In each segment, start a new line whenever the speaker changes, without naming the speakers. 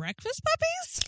breakfast puppies?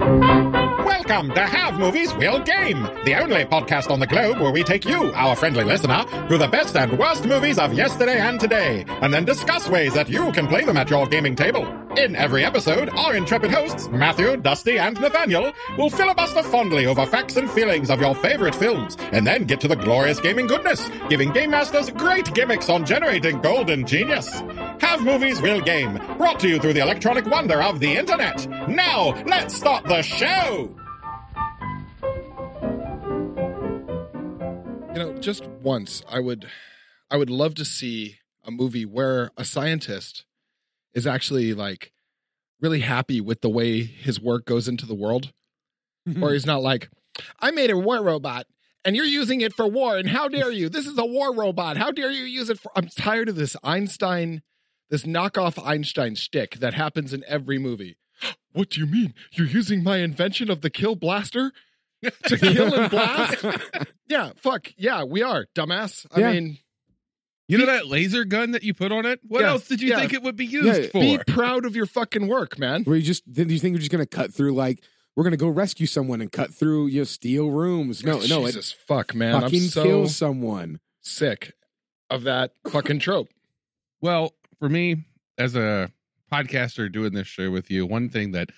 Welcome to Have Movies Will Game, the only podcast on the globe where we take you, our friendly listener, through the best and worst movies of yesterday and today, and then discuss ways that you can play them at your gaming table. In every episode, our intrepid hosts, Matthew, Dusty, and Nathaniel, will filibuster fondly over facts and feelings of your favorite films, and then get to the glorious gaming goodness, giving game masters great gimmicks on generating golden genius. Have Movies Will Game, brought to you through the electronic wonder of the internet. Now, let's start the show!
You know, just once I would I would love to see a movie where a scientist is actually like really happy with the way his work goes into the world. Or he's not like, I made a war robot and you're using it for war and how dare you? This is a war robot. How dare you use it for I'm tired of this Einstein this knockoff Einstein shtick that happens in every movie. What do you mean? You're using my invention of the kill blaster to kill and blast? Yeah, fuck. Yeah, we are, dumbass. I
Yeah.
mean,
You know that laser gun that you put on it? What
Yeah,
else did you
yeah.
think it would be used
Yeah,
for?
be proud of your fucking work, man.
Where you just then do you think you're just gonna cut through like we're gonna go rescue someone and cut through you know, steel rooms? No, no, it
Jesus fuck, man. I'm
fucking
so
kills someone.
sick of that fucking trope.
Well, for me, as a podcaster doing this show with you, one thing that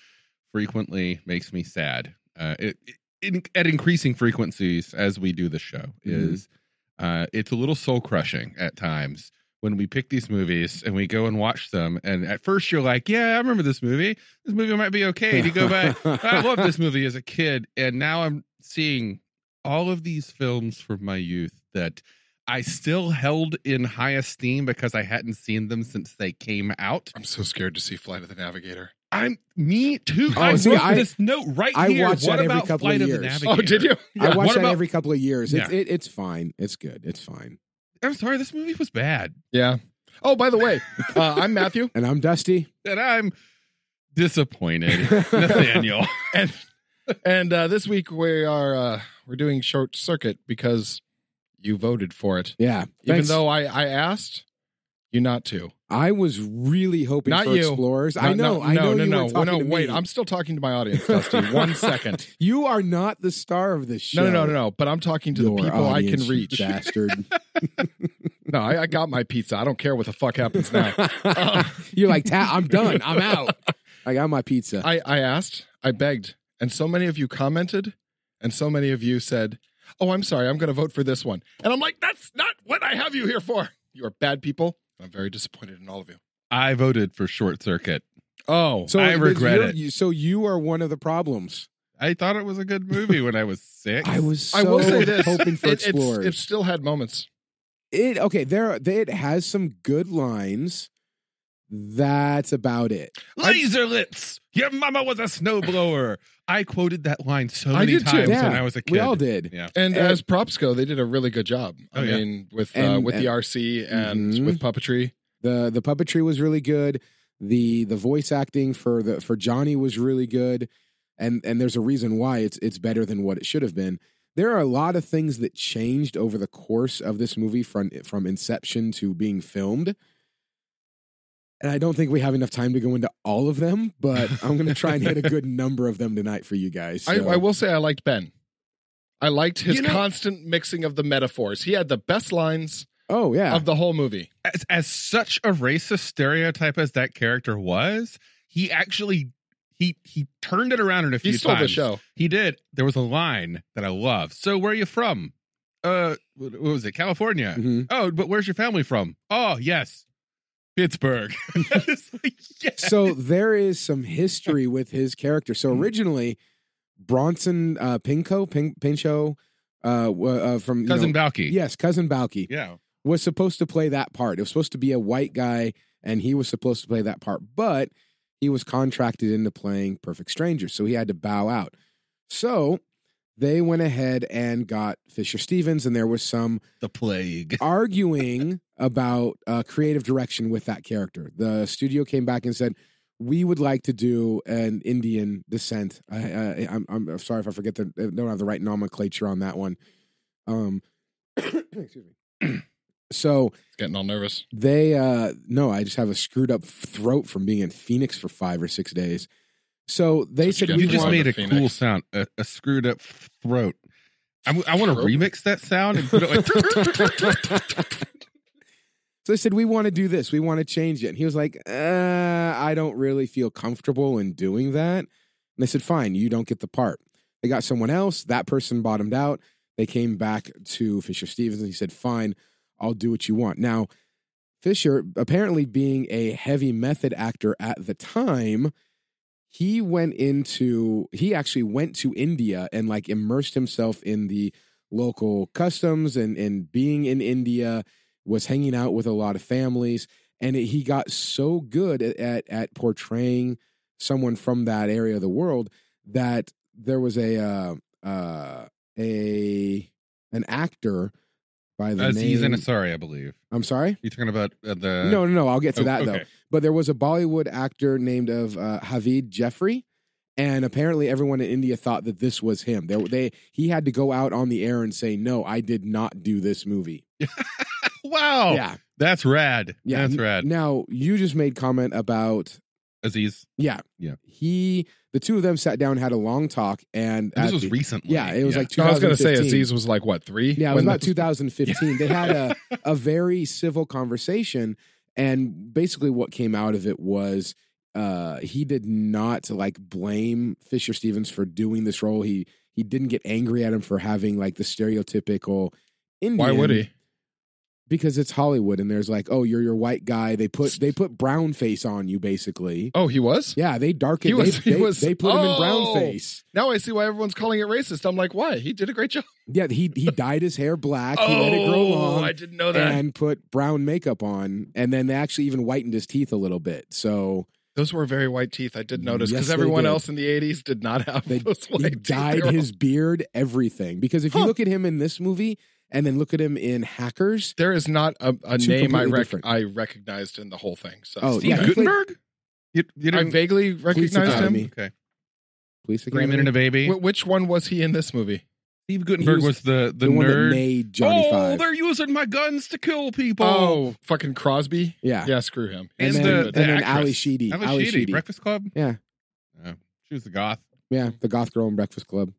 frequently makes me sad uh, it, in, at increasing frequencies as we do the show is uh, it's a little soul crushing at times when we pick these movies and we go and watch them. And at first, you're like, "Yeah, I remember this movie. This movie might be okay." And you go back, I love this movie as a kid, and now I'm seeing all of these films from my youth that I still held in high esteem because I hadn't seen them since they came out.
I'm so scared to see Flight of the Navigator.
I'm me too.
Oh,
I
see,
wrote
I-
this note right
I
here.
watch that
what
every
about
couple
Flight
of
of the
years.
Navigator?
Oh, did you?
I watch
What
that
about-
every couple of years. It's
Yeah.
it, it's fine. It's good. It's fine.
I'm sorry, this movie was bad,
Yeah. Oh, by the way, uh, I'm Matthew.
And I'm Dusty.
and I'm disappointed, Nathaniel.
And and uh, this week we are uh, we're doing short circuit because you voted for it.
Yeah.
Even
Thanks.
though I, I asked you not to.
I was really hoping
Not
for
you.
explorers. I
Not-
know.
No,
I know.
no,
you
no,
were
no.
talking
No,
to me.
wait. I'm still talking to my audience, Dusty. One second.
You are not the star of this show.
No, no, no, no. But I'm talking to
Your
the people I
audience,
can
you
reach.
bastard.
No, I, I got my pizza. I don't care what the fuck happens now. Um,
You're like, Ta- I'm done. I'm out. I got my pizza.
I, I asked, I begged, and so many of you commented, and so many of you said, Oh, I'm sorry, I'm going to vote for this one. And I'm like, That's not what I have you here for. You are bad people. I'm very disappointed in all of you.
I voted for Short Circuit.
Oh,
I
it's-
regret
you're-
it.
You, so you are one of the problems.
I thought it was a good movie when I was six.
I was so
I will say this
hoping for
it, it's-
explorers.
it still had moments.
it okay there they, it has some good lines that's about it
laser lips. Your mama was a snowblower. I quoted that line so
I
many
did too.
times
Yeah,
when I was a kid.
we all did
Yeah.
And,
And-
as props go, they did a really good job.
Oh,
I
yeah.
mean, with uh,
And-
with
and-
the RC and
Mhm.
with puppetry.
the the puppetry was really good the the voice acting for the for johnny was really good and and there's a reason why it's it's better than what it should have been there are a lot of things that changed over the course of this movie from from inception to being filmed and i don't think we have enough time to go into all of them but i'm going to try and hit a good number of them tonight for you guys so.
I, I will say I liked Ben. I liked his
You know-
constant mixing of the metaphors. He had the best lines
oh yeah
of the whole movie.
as, as such a racist stereotype as that character was, he actually he he turned it around in a few
He stole
times.
the show.
He did. There was a line that I love. So where are you from? Uh, what what was it? California.
Mm-hmm.
Mhm.
Oh, but where's your family from? Oh, yes, Pittsburgh. It's like, yes.
so there is some history with his character.
Mm-hmm.
So originally, Bronson uh, Pinco, Pin, Pincho, uh, wa- uh, from you
cousin
know-
Balky.
yes, cousin Balky
yeah.
was supposed to play that part. It was supposed to be a white guy, and he was supposed to play that part, but he was contracted into playing Perfect Stranger, so he had to bow out. So they went ahead and got Fisher Stevens, and there was some
The plague.
arguing about uh, creative direction with that character. The studio came back and said, "We would like to do an Indian descent." I, I, I'm, I'm sorry if I forget the I don't have the right nomenclature on that one. Um, Excuse me. so
getting all nervous.
they uh no, I just have a screwed up throat from being in Phoenix for five or six days. So they
That's what
said
you
we
You
Definitely
just
want
made
the
a
Phoenix.
cool sound, a, a screwed up throat. I, want to
Throat?
remix that sound and put it like.
So I said, We want to do this. We want to change it. And he was like, uh, I don't really feel comfortable in doing that. And I said, Fine, you don't get the part. They got someone else. That person bottomed out. They came back to Fisher Stevens and he said, Fine, I'll do what you want. Now, Fisher, apparently being a heavy method actor at the time, he went into, he actually went to India and like immersed himself in the local customs and, and being in India was hanging out with a lot of families and it, he got so good at, at at portraying someone from that area of the world that there was a uh, uh, a an actor by the
Aziz
name
Ansari, I believe.
I'm sorry
You're talking about uh, the.
no no no I'll get to
Oh,
that though
okay.
but there was a Bollywood actor named of uh, Havid Jeffrey, and apparently everyone in India thought that this was him. They, they he had to go out on the air and say, "No, I did not do this movie."
Wow.
yeah,
That's rad.
yeah,
Oh, That's
N-
rad.
Now you just made comment about
Aziz.
yeah,
Yeah.
He, the two of them sat down, had a long talk, and
This
at
was
the-
recently.
yeah, it was like
I was
2015.
gonna say Aziz was like what three?
Yeah, it was
When
about
the-
2015. They had a, a very civil conversation. And basically, what came out of it was uh, he did not like blame Fisher Stevens for doing this role. He he didn't get angry at him for having like the stereotypical Indian.
Why would he?
Because it's Hollywood, and there's like, oh, you're your white guy. They put they put brown face on you, basically.
Oh, he was.
Yeah, they darkened.
He was-
they,
he
they-
was-
they put him in brown
Oh!
face.
Now I see why everyone's calling it racist. I'm like, why? He did a great job. Oh,
Yeah, he he dyed his hair black. he let it grow long.
I didn't know that.
and put brown makeup on, and then they actually even whitened his teeth a little bit. So
Those were very white teeth. I did notice
Yes,
because
they
everyone
did.
else in the '80s did not have
They-
those
he
white teeth. They
dyed
were
his beard, everything. Because if you
Huh.
look at him in this movie, and then look at him in Hackers,
There is not a, a
Two
name I
completely
rec-
different.
I recognized in the whole thing. So
Oh,
Steve
yeah, he played-
Gutenberg? You, you
I
didn't
vaguely recognized
Oh,
Academy.
him.
Okay.
Police
Three
Academy.
Men and a Baby.
Wh- which one was he in this movie?
Steve Gutenberg
was
was, the, the,
the, one that
nerd.
made Johnny
oh,
Five.
they're using my guns to kill people.
Oh, fucking Crosby.
Yeah.
Yeah, screw him.
And
He's
then,
the-
and
the
then
actress.
Ali Sheedy.
That was
Ali
shitty.
Sheedy.
Breakfast Club?
Yeah.
Uh, she was the goth.
yeah, the goth girl in Breakfast Club.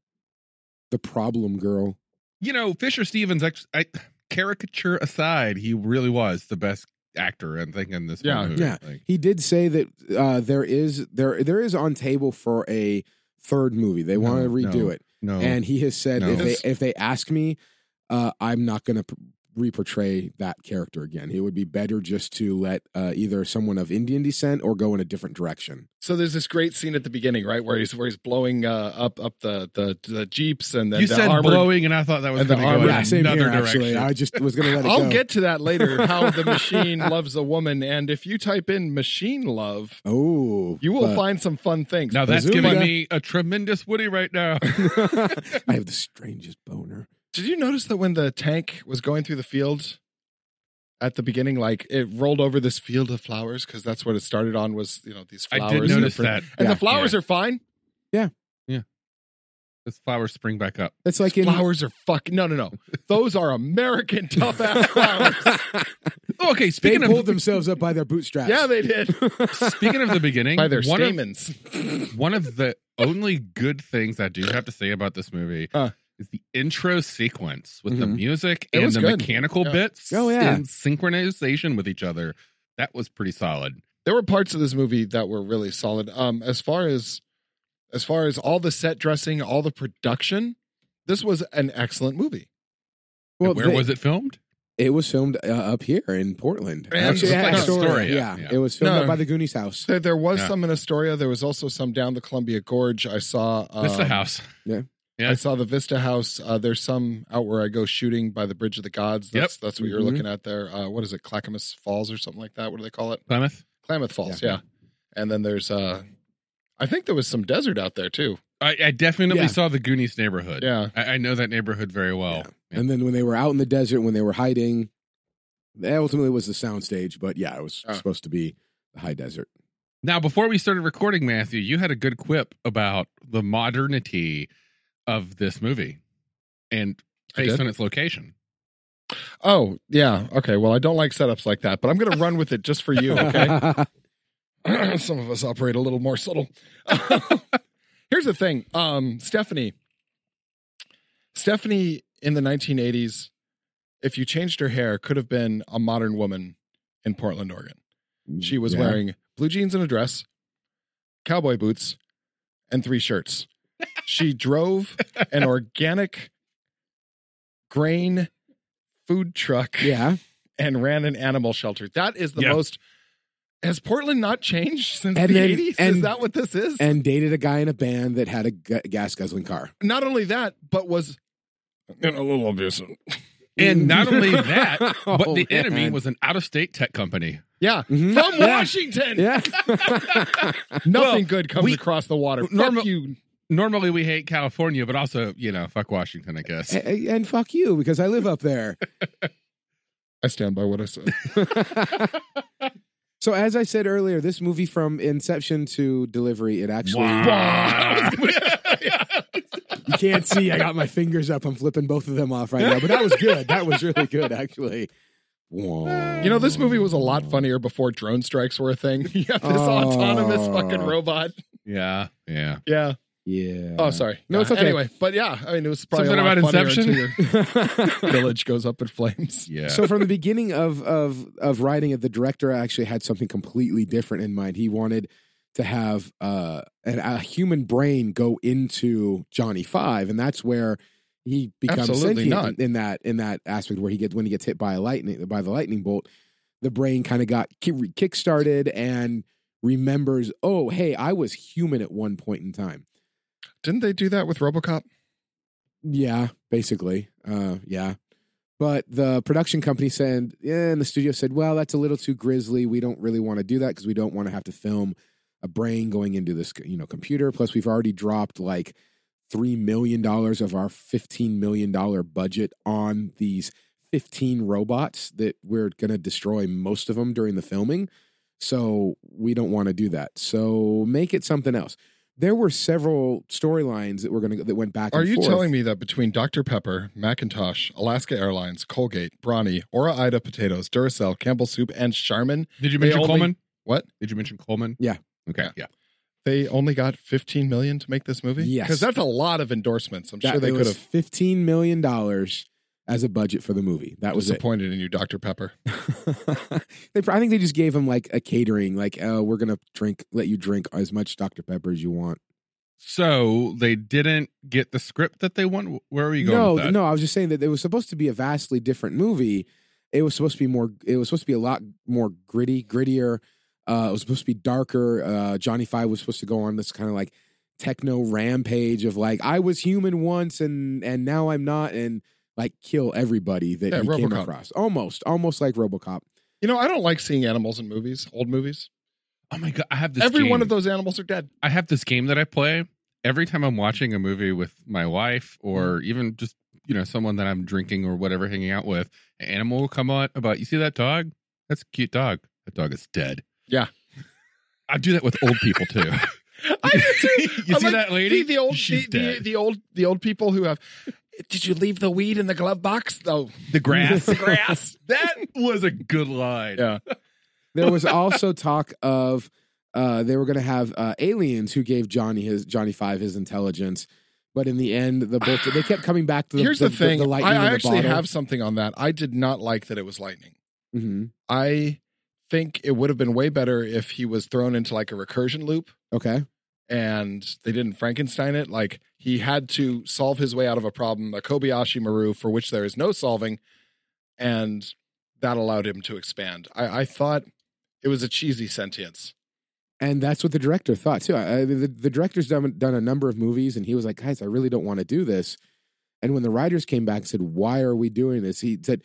The problem girl.
You know, Fisher Stevens, ex- I, caricature aside, he really was the best actor, I think, in this whole
Yeah.
movie.
Yeah.
Like,
He did say that uh, there is there there is on table for a third movie. They want to
No,
redo
no.
it.
no.
and he has said
No.
if
It's-
they if they ask me, uh, I'm not going to p- reportray that character again. It would be better just to let uh, either someone of Indian descent or go in a different direction.
So there's this great scene at the beginning, right, where he's where he's blowing uh, up up the, the the jeeps and then
you
the
said
armored-
blowing, and I thought that was
and the
going to go
armored-
in
yeah, same
another
here.
direction.
Actually, I just was going to let it
I'll
go.
get to that later. How the machine loves a woman, and if you type in machine love,
oh,
you will
but-
find some fun things.
now that's
Bazooka.
giving me a tremendous Woody right now.
I have the strangest boner.
Did you notice that when the tank was going through the field at the beginning, like it rolled over this field of flowers because that's what it started on was you know these flowers.
I did
and
notice
different-
that.
and
Yeah.
the flowers are fine.
Those flowers spring back up.
That's like in
flowers are fucking no, no, no. Those are American tough ass flowers.
Oh, okay,
they
speaking
pulled
of
themselves up by their bootstraps.
yeah, they did
speaking of the beginning,
by their
one of
stamens.
one of the only good things I do have to say about this movie
Huh. Mm-hmm.
is the intro sequence with the
Mhm.
music
It
and
was
the
good.
mechanical
Yeah.
bits
Oh, yeah.
in synchronization with each other. That was pretty solid.
there were parts of this movie that were really solid. Um, as far as as far as all the set dressing, all the production, this was an excellent movie.
Well,
Where was it filmed?
It was filmed uh, up here in Portland.
And
Actually, it
it's
had
like
a
a
story.
story,
Yeah,
yeah, yeah.
it was filmed
No.
up by the Goonies house.
There, there was
Yeah.
some in Astoria. There was also some down the Columbia Gorge. I saw um,
That's the house. yeah.
I saw the Vista House. Uh, there's some out where I go shooting by the Bridge of the Gods. That's that's what you're
Mhm.
looking at there. Uh, what is it, Clackamas Falls or something like that? What do they call it?
Plymouth.
Klamath Falls.
Yeah.
yeah. And then there's uh, I think there was some desert out there too.
I, I definitely
Yeah.
saw the Goonies neighborhood.
Yeah.
I, I know that neighborhood very well. Yeah.
And then when they were out in the desert, when they were hiding, that ultimately was the soundstage. But yeah, it was
Oh.
supposed to be the high desert.
Now, before we started recording, Matthew, you had a good quip about the modernity of this movie and
I
based
did?
on its location.
Oh, yeah. Okay. Well, I don't like setups like that, but I'm going to run with it just for you. Okay. Some of us operate a little more subtle. Here's the thing um, Stephanie. Stephanie in the 1980s, if you changed her hair, could have been a modern woman in Portland, Oregon. She was
Yeah.
wearing blue jeans and a dress, cowboy boots, and three shirts. She drove an organic grain food truck
Yeah.
and ran an animal shelter. That is the
Yeah.
most. Has Portland not changed since
And
the
then-
80s? is
and-
that what this is?
And dated a guy in a band that had a gu- gas guzzling car.
not only that, but was and a little obvious.
And not only that, but
Oh,
the enemy
man.
was an out of state tech company.
Yeah.
Mhm.
From
Yeah.
Washington.
Yeah.
Nothing
Well,
good comes
we-
across the water.
Norma-
Fuck you.
Normally we hate California, but also, you know, fuck Washington, I guess.
A- a- and fuck you because I live up there.
I stand by what I said.
So as I said earlier, this movie from inception to delivery, it actually
Wow.
you can't see. I got my fingers up. I'm flipping both of them off right now, but that was good. That was really good, actually.
You know, this movie was a lot funnier before drone strikes were a thing. you have this autonomous
Oh.
fucking robot.
yeah. Yeah.
Yeah.
Yeah.
Oh, sorry.
No, it's okay.
Anyway, but yeah, I mean, it was probably
Something
a lot
about
funnier
Inception?
until your village goes up in flames.
Yeah.
so from the beginning of of of writing it, the director actually had something completely different in mind. He wanted to have uh, an, a human brain go into Johnny Five, and that's where he becomes
Absolutely
sentient
not.
in, in that in that aspect where he gets when he gets hit by a lightning by the lightning bolt. The brain kind of got ki- kick started and remembers, oh hey, I was human at one point in time.
Didn't they do that with Robocop?
Yeah, basically. Uh, yeah. But the production company said, yeah, and the studio said, well, that's a little too grisly. We don't really want to do that because we don't want to have to film a brain going into this, you know, computer. Plus, we've already dropped like three million dollars of our fifteen million dollar budget on these fifteen robots that we're going to destroy most of them during the filming. So we don't want to do that. So make it something else. There were several storylines that were going to that went back.
Are
and
you
forth.
telling me that between Dr. Pepper, Macintosh, Alaska Airlines, Colgate, Brawny, Ora Ida potatoes, Duracell, Campbell soup, and Charmin,
Did you
They
mention
only-
Coleman?
What?
Did you mention Coleman?
Yeah.
Okay. Yeah.
they only got 15 million to make this movie?
Yes.
Because that's a lot of endorsements. I'm
That,
sure they
it
could
was
have
fifteen million dollars as a budget for the movie. That was it.
disappointed in you, Dr. Pepper.
they, pro- I think they just gave him like a catering, like uh, we're gonna drink, let you drink as much Dr Pepper as you want.
So they didn't get the script that they want. Where are you going?
No,
with that?
no, I was just saying that it was supposed to be a vastly different movie. It was supposed to be more. It was supposed to be a lot more gritty, grittier. Uh, it was supposed to be darker. Uh, Johnny Five was supposed to go on this kind of like techno rampage of like I was human once and and now I'm not and like kill everybody that
Yeah,
he came
RoboCop.
across. Almost, almost like RoboCop.
You know, I don't like seeing animals in movies, old movies.
Oh my god! I have this.
Every
game.
one of those animals are dead.
I have this game that I play every time I'm watching a movie with my wife or
Mm.
even just you know someone that I'm drinking or whatever hanging out with. An animal will come on about you see that dog? That's a cute dog. That dog is dead.
Yeah.
I do that with old people too.
I do too.
you
I'm
see
like,
that lady?
The, the old,
She's
the, the,
dead.
the old, the old people who have. Did you leave the weed in the glove box? Though
the grass.
the grass.
that was a good line.
Yeah.
There was also talk of uh, they were going to have uh, aliens who gave Johnny his Johnny Five his intelligence, but in the end, the book they kept coming back to the
Here's the, thing.
The, lightning
I,
in
I
the
actually
bottle.
have something on that. I did not like that it was lightning.
Mhm.
I think it would have been way better if he was thrown into like a recursion loop
Okay,
and they didn't Frankenstein it. Like he had to solve his way out of a problem, a Kobayashi Maru for which there is no solving, and that allowed him to expand. I, I thought it was a cheesy sentience.
and that's what the director thought too. I, I, the, the director's done done a number of movies, and he was like, "Guys, I really don't want to do this." And when the writers came back and said, "Why are we doing this?" He said.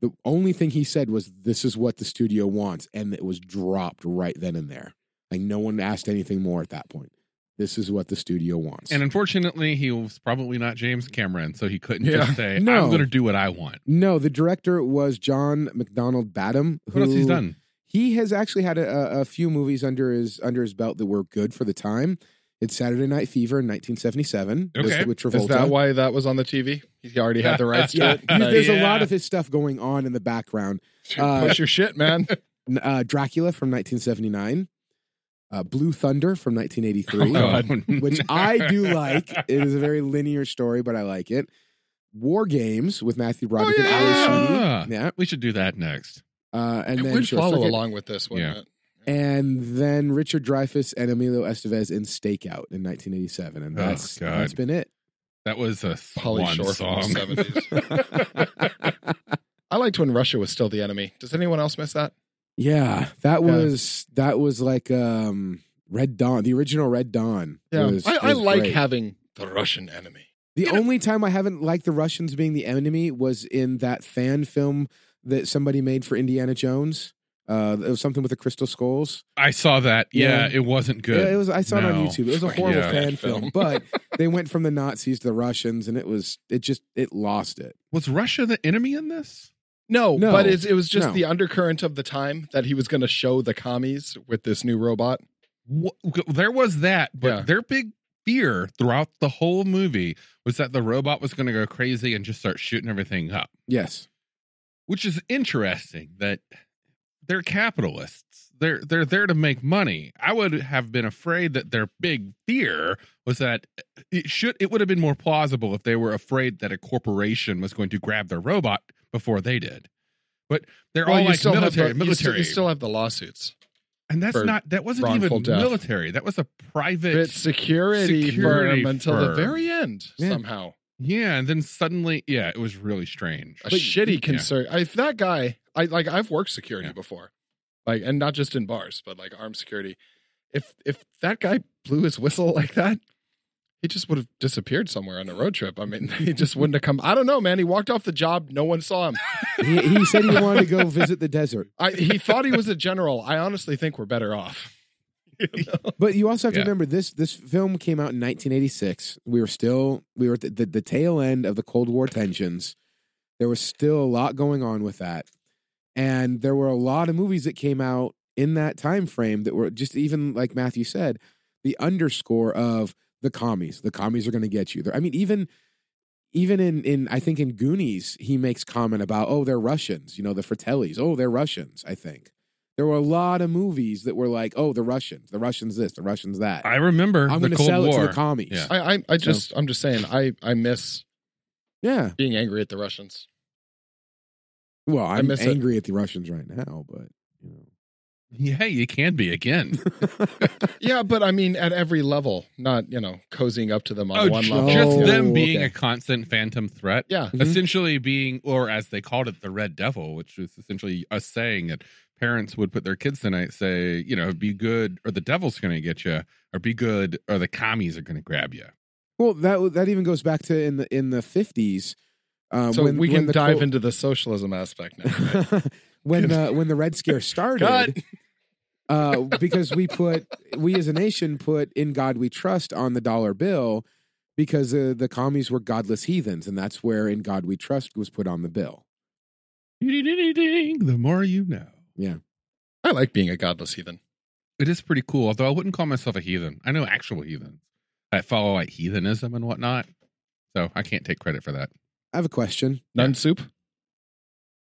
The only thing he said was, "This is what the studio wants," and it was dropped right then and there. Like no one asked anything more at that point. This is what the studio wants.
And unfortunately, he was probably not James Cameron, so he couldn't
Yeah.
just say,
No.
"I'm going to do what I want."
No, the director was John McDonald Badham.
What else he's done?
He has actually had a, a- a few movies under his under his belt that were good for the time. It's Saturday Night Fever in 1977 with-
Okay.
with Travolta.
Is that why uh, that was on the TV? He already had the rights to
Yeah.
it.
You- there's
Yeah.
a lot of his stuff going on in the background. uh,
Push your shit, man.
N- Uh, Dracula from 1979, uh, Blue Thunder from
Oh,
1983.
Oh,
which I do like. It is a very linear story, but I like it. War Games with Matthew Broderick
Oh, yeah.
and Ali Sheedy. Yeah.
Ah. We should do that next.
Uh, and
it
then
would
Short
follow
Circuit.
along with this, wouldn't
Yeah.
it?
And then Richard Dreyfuss and Emilio Estevez in Stakeout in 1987. And
Oh,
that's,
God.
that's been it.
That was a
Polly
Swan
Shore
song.
from the 70s. I liked when Russia was still the enemy. Does anyone else miss that?
Yeah. That
Yeah.
was that was like um Red Dawn, the original Red Dawn. was-
I, I
was
like
great.
having the Russian enemy.
The only time I haven't liked the Russians being the enemy was in that fan film that somebody made for Indiana Jones. Uh, it was something with the crystal skulls.
I saw that. Yeah,
Yeah.
it wasn't
Yeah,
good.
it was. I saw it on
No.
YouTube. It was a
Fucking
horrible
yeah.
fan
bad
film,
film.
but they went from the Nazis to the Russians, and it was. It just. It lost it.
was Russia the enemy in this?
No,
No.
but it's, it was just
No.
the undercurrent of the time that he was going to show the commies with this new robot.
Wha- there was that, but
Yeah.
their big fear throughout the whole movie was that the robot was going to go crazy and just start shooting everything up,
Yes.
which is interesting that they're capitalists. They're they're there to make money. I would have been afraid that their big fear was that it should it would have been more plausible if they were afraid that a corporation was going to grab their robot before they did. But they're all like military,
have the, You still,
military,
you still have the lawsuits.
and that's
for
not that wasn't
wrongful
even
death.
military. That was a private.
It's security,
security
firm until the
firm.
very end.
Yeah.
Somehow,
Yeah, and then suddenly, yeah, it was really strange.
a shitty concern. If that guy, I like, I've worked security
Yeah.
before, like, and not just in bars, but like armed security. If if that guy blew his whistle like that, he just would have disappeared somewhere on a road trip. I mean, he just wouldn't have come. I don't know, man. He walked off the job. No one saw him.
He, he said he wanted to go visit the desert,
I, he thought he was a general. I honestly think we're better off.
but you also have
Yeah.
to remember this. This film came out in 1986. We were still. We were at the, the, the tail end of the Cold War tensions. There was still a lot going on with that, and there were a lot of movies that came out in that time frame that were just even like Matthew said, the underscore of the commies. The commies are going to get you. They're- I mean, even even in in I think in Goonies, he makes comment about oh they're Russians. You know the Fratellis. Oh they're Russians. I think there were a lot of movies that were like oh the Russians, the Russians this, the Russians that.
I remember
am
the
going to
Cold
sell
War.
it to the commies.
Yeah.
I I, I just I'm just saying I I miss
Yeah.
being angry at the Russians.
Well, I'm
miss it.
angry at the Russians right now, but you know.
yeah, you can be again.
Yeah, but I mean at every level, not you know cozying up to them on
oh,
one
ju-
level.
just
Oh,
them being
okay.
a constant phantom threat,
Yeah, Mm-hmm.
Mhm.
essentially being, or as they called it, the Red Devil, which was essentially us saying that parents would put their kids tonight say, you know, be good, or the devil's going to get you, or be good, or the commies are going to grab you.
Well, that that even goes back to in the in the fifties.
Uh,
Um,
so
when,
we
when
can
the
dive
Cold-
into the socialism aspect now. right?
when uh, when the Red Scare
Cut.
started. Uh, because we put we as a nation put in God we trust on the dollar bill because uh, the commies were godless heathens and that's where in God we trust was put on the bill.
Ding, The more you know.
I like being a godless heathen.
It is pretty cool, although I wouldn't call myself a heathen. I know actual heathens that follow like heathenism and whatnot. So I can't take credit for that.
I have a question.
Nun soup.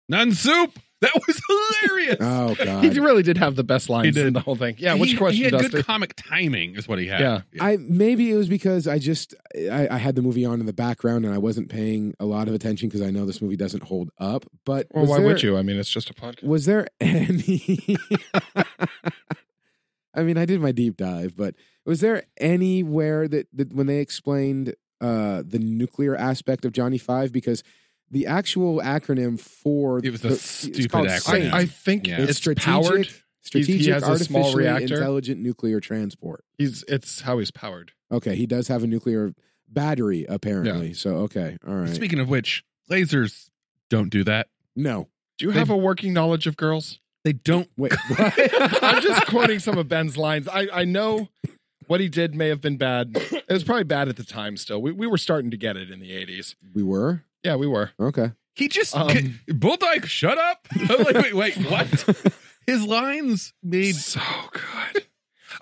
None soup. That was hilarious.
Oh
He
God,
really did have the best lines
did.
in the whole thing. Yeah,
Uh, He-
which
He
question,
had
Dusty?
good comic timing, is what he had.
Yeah.
I maybe it was because I just I, I had the movie on in the background and I wasn't paying a lot of attention because I know this movie doesn't hold up. But
Well,
was
why
there-
would you? I mean, it's just a podcast.
Was there any? I mean, I did my deep dive, but was there anywhere that, that when they explained uh, the nuclear aspect of Johnny Five, because the actual acronym for
It was a
the,
stupid
called
acronym.
SAFE.
I, I think
Yeah.
it's,
it's
strategic,
powered.
strategic,
has a small
artificially
reactor.
intelligent nuclear transport.
He's it's how he's powered.
Okay, he does have a nuclear battery apparently. So okay, all right.
Speaking of which, lasers don't do that.
no,
Do you
They-
have a working knowledge of girls?
They don't.
wait.
I'm just quoting some of Ben's lines. I, I know what he did may have been bad. It was probably bad at the time still. We, we were starting to get it in the 80s.
we were
Yeah, we were.
okay.
He just
Um,
can- Bulldog, shut up. I'm like, wait, wait, what? His lines made
so good.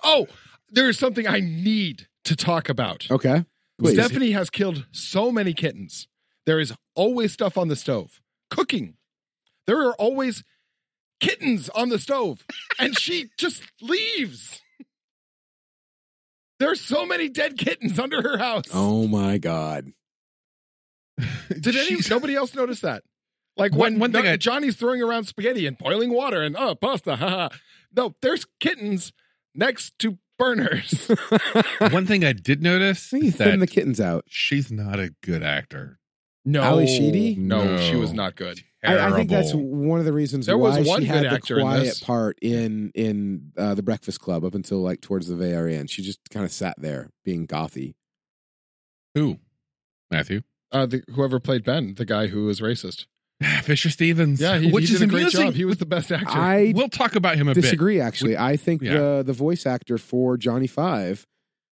Oh, there's something I need to talk about.
Okay. Please.
Stephanie has killed so many kittens. There is always stuff on the stove. Cooking. There are always kittens on the stove. and she just leaves. There's so many dead kittens under her house.
Oh my God.
Did any, nobody else notice that? Like
One-
when
one thing
no-
I-
Johnny's throwing around spaghetti and boiling water and oh pasta, haha. No, there's kittens next to burners.
One thing I did notice
You
that
thin the kittens out.
she's not a good actor.
No,
Ally Sheedy?
No, she was
No.
not good.
I, I think that's
Terrible.
one of the reasons
There was
why
one
she had
good actor
the
in
quiet
this.
part in in uh, the Breakfast Club up until like towards the very end. She just kind of sat there being gothy.
who Matthew
Uh, the, whoever played Ben, the guy who was racist.
Fisher Stevens.
Yeah, he,
which
he
is
did a great
amusing.
job. He was the best actor.
I
we'll talk about him a
disagree. Actually, I think
yeah.
the the voice actor for Johnny Five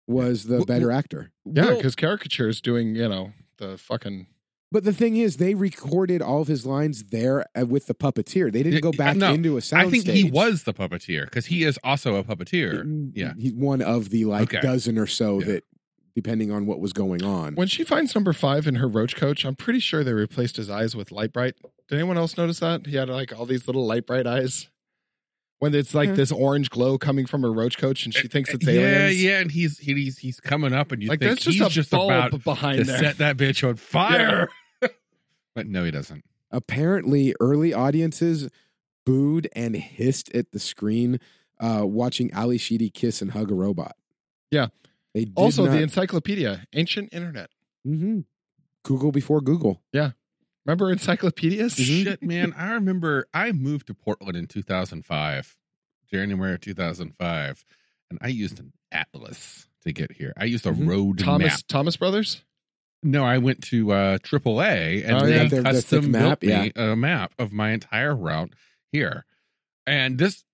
was the
W-
better actor.
bit.
yeah,
We'll-
because caricature is doing you know the fucking
But the thing is, they recorded all of his lines there uh, with the puppeteer. They didn't
Yeah,
go back
no,
into a sound.
I think he was the puppeteer because he is also a puppeteer. Yeah.
he's one of the like
Okay.
dozen or so
Yeah.
that, depending on what was going on.
When she finds number five in her roach coach, I'm pretty sure they replaced his eyes with light bright. Did anyone else notice that? He had like all these little light bright eyes. When it's like
Mhm.
this orange glow coming from her roach coach and she thinks it's
Eh, yeah,
aliens.
yeah, and he's he- he's he's coming up, and you
Like
think
that's just
he's
a
just
bulb
about to
behind there.
set that bitch on fire. but no, he doesn't.
Mm-hmm.
apparently early audiences booed and hissed at the screen uh, watching Ali Sheedy kiss and hug a robot.
Yeah.
They did
Also,
not-
the encyclopedia, ancient internet.
Mhm. Google before Google.
Remember encyclopedias?
Shit, man. I remember I moved to Portland in 2005, January of 2005, and I used an atlas to get here. I used a
Mhm.
road
Mm-hmm. Thomas
map.
Thomas Brothers?
No, I went to uh, AAA and
Oh,
they
yeah,
their- their thick
custom
map,
built me a map of my entire route here. And this,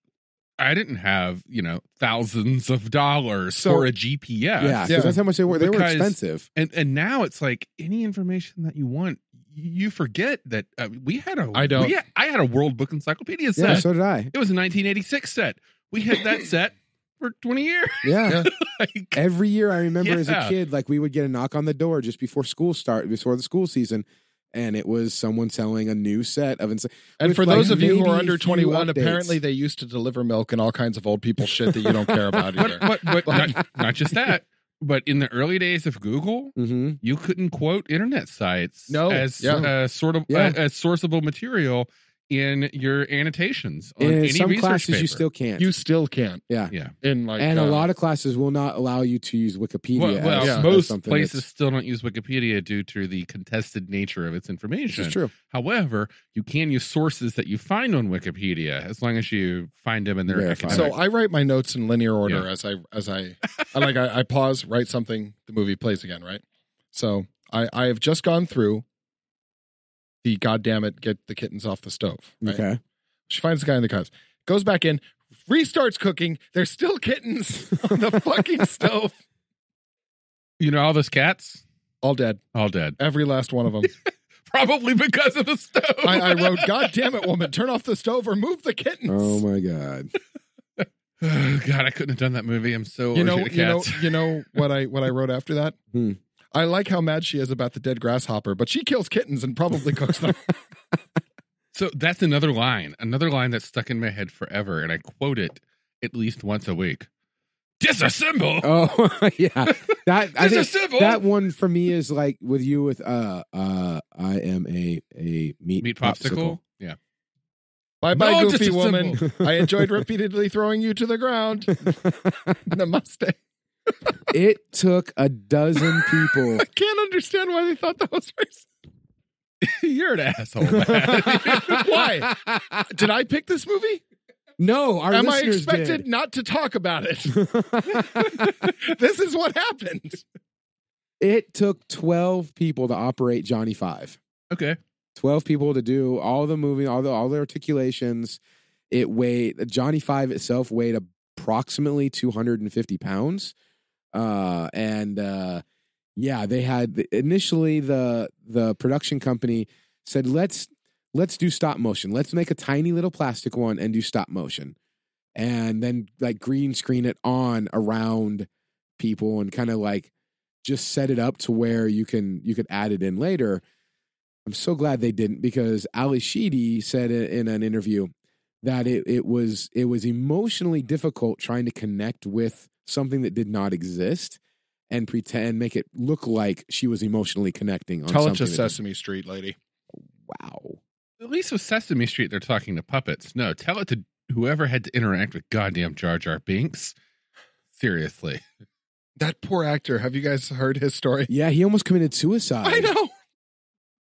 I didn't have, you know, thousands of dollars
So-
for a GPS.
yeah, 'cause
yeah.
that's how much they were. They were
Because-
expensive.
And, and now it's like any information that you want, you forget that uh, we had a
I don't.
Yeah, I had a World Book Encyclopedia set.
Yeah, so did I.
It was a 1986 set. We had that set for 20 years.
Yeah.
Yeah.
Like,
Every year I remember as a
Yeah.
kid, like we would get a knock on the door just before school start, before the school season. And it was someone selling a new set of. Ins-
And
With,
for
like,
those of you who
maybe
are
a
under
few
21,
updates.
apparently they used to deliver milk and all kinds of old people shit that you don't care about either.
but but, but not, not just that. But in the early days of Google,
mm-hmm.
you couldn't quote internet sites
No,
as
yeah.
uh, sort of
Yeah.
uh, as sourceable material in your annotations on
In
any
some
research
classes,
paper.
you still can't.
You still can't.
Yeah.
Yeah.
In like
and a
uh,
lot of classes will not allow you to use Wikipedia.
well, well,
as,
yeah,
as
most
something
places
that's-
still don't use Wikipedia due to the contested nature of its
This
information.
is true.
However, you can use sources that you find on Wikipedia as long as you find them in their
Verify.
academic
So I write my notes in linear order as I as I, I like I, I pause, write something, the movie plays again, right? So I I have just gone through the goddamn it, get the kittens off the stove. Right?
Okay.
She finds the guy in the cubs, goes back in, restarts cooking. There's still kittens on the fucking stove.
You know all those cats?
All dead,
All dead.
every last one of them.
Probably because of the stove.
I, I wrote, "God damn it, woman, turn off the stove or move the kittens."
Oh my god.
God, I couldn't have done that movie. I'm so
you know,
allergic to
you know,
cats.
you know what I what I wrote after that.
Hmm.
I like how mad she is about the dead grasshopper, but she kills kittens and probably cooks them.
So that's another line, another line that's stuck in my head forever, and I quote it at least once a week. Disassemble.
Oh yeah. That I think
Disassemble.
that one for me is like with you with uh uh I am a a meat,
Meat popsicle. Yeah.
bye bye,
No,
goofy
disassemble.
woman. I enjoyed repeatedly throwing you to the ground. Namaste.
It took a dozen people.
I can't understand why they thought that was racist.
You're an asshole. Matt.
Why did I pick this movie?
no, our
Am I
listeners
expected not to talk about it?
did.
this is what happened.
it took 12 people to operate Johnny 5.
okay.
12 people to do all the moving, all the all the articulations. It weighed Johnny Five itself weighed approximately 250 pounds, uh, and uh, yeah, they had initially the the production company said let's let's do stop motion, let's make a tiny little plastic one and do stop motion, and then like green screen it on around people and kind of like just set it up to where you can you could add it in later. I'm so glad they didn't because Ali Sheedy said i- in an interview that it it was it was emotionally difficult trying to connect with something that did not exist and pretend make it look like she was emotionally connecting on
Tell it to
something. that-
Sesame Street lady.
wow.
At least with Sesame Street, they're talking to puppets. No, tell it to whoever had to interact with goddamn Jar Jar Binks. Seriously.
That poor actor. Have you guys heard his story?
Yeah, he almost committed suicide.
I know.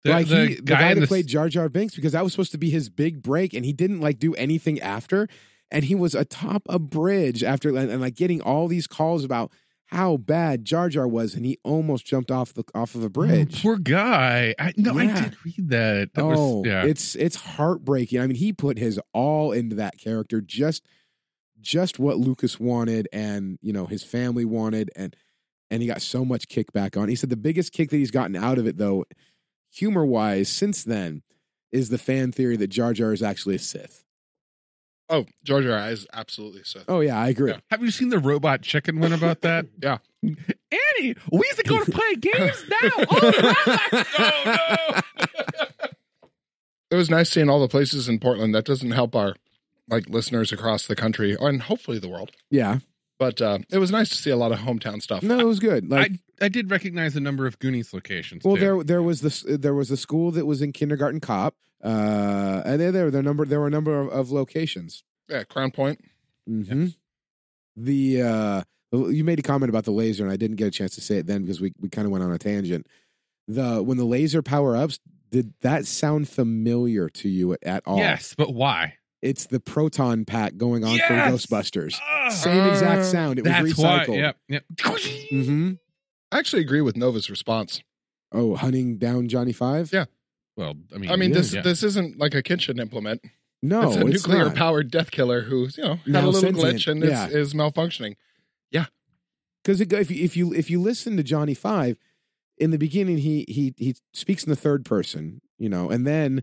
The,
like
the
he, the guy,
in
that
the-
played Jar Jar Binks, because that was supposed to be his big break, and he didn't like do anything after, and he was atop a bridge after, and, and, like getting all these calls about how bad Jar Jar was, and he almost jumped off the off of a bridge.
Poor guy. I, no, I
Yeah.
did read that. that
oh,
was, yeah.
it's it's heartbreaking. I mean, he put his all into that character, just just what Lucas wanted, and you know his family wanted, and and he got so much kickback on. it. He said the biggest kick that he's gotten out of it, though, humor wise, since then, is the fan theory that Jar Jar is actually a Sith.
Oh, Jar Jar is absolutely so.
Oh yeah, I agree.
Yeah.
Have you seen the robot chicken one about that?
Yeah.
Annie, we's going to play games now. Oh, my- oh, no.
It was nice seeing all the places in Portland. That doesn't help our like listeners across the country and hopefully the world.
Yeah,
But uh, it was nice to see a lot of hometown stuff.
no, it was good. Like.
I, I did recognize a number of Goonies locations.
well,
too.
there there was this there was the school that was in kindergarten cop, uh, and there there were a number there were a number of, of locations.
Yeah, Crown Point.
hmm The uh, you made a comment about the laser, and I didn't get a chance to say it then because we we kind of went on a tangent. The when the laser power ups, did that sound familiar to you at, at all?
Yes, but why?
it's the proton pack going on for
Yes!
Ghostbusters.
Ah,
Same exact
Ah,
sound. It was
that's why.
recycled.
Yep, yep.
hmm
I actually agree with Nova's response.
Oh, hunting down Johnny Five?
Yeah.
Well, I mean,
I mean,
Yeah.
this
Yeah.
this isn't like a kitchen implement.
No,
it's a nuclear
not.
powered death killer who's you know had a
Now
little
sentient,
glitch and is, is malfunctioning.
because if you, if you if you listen to Johnny Five, in the beginning he he he speaks in the third person, you know, and then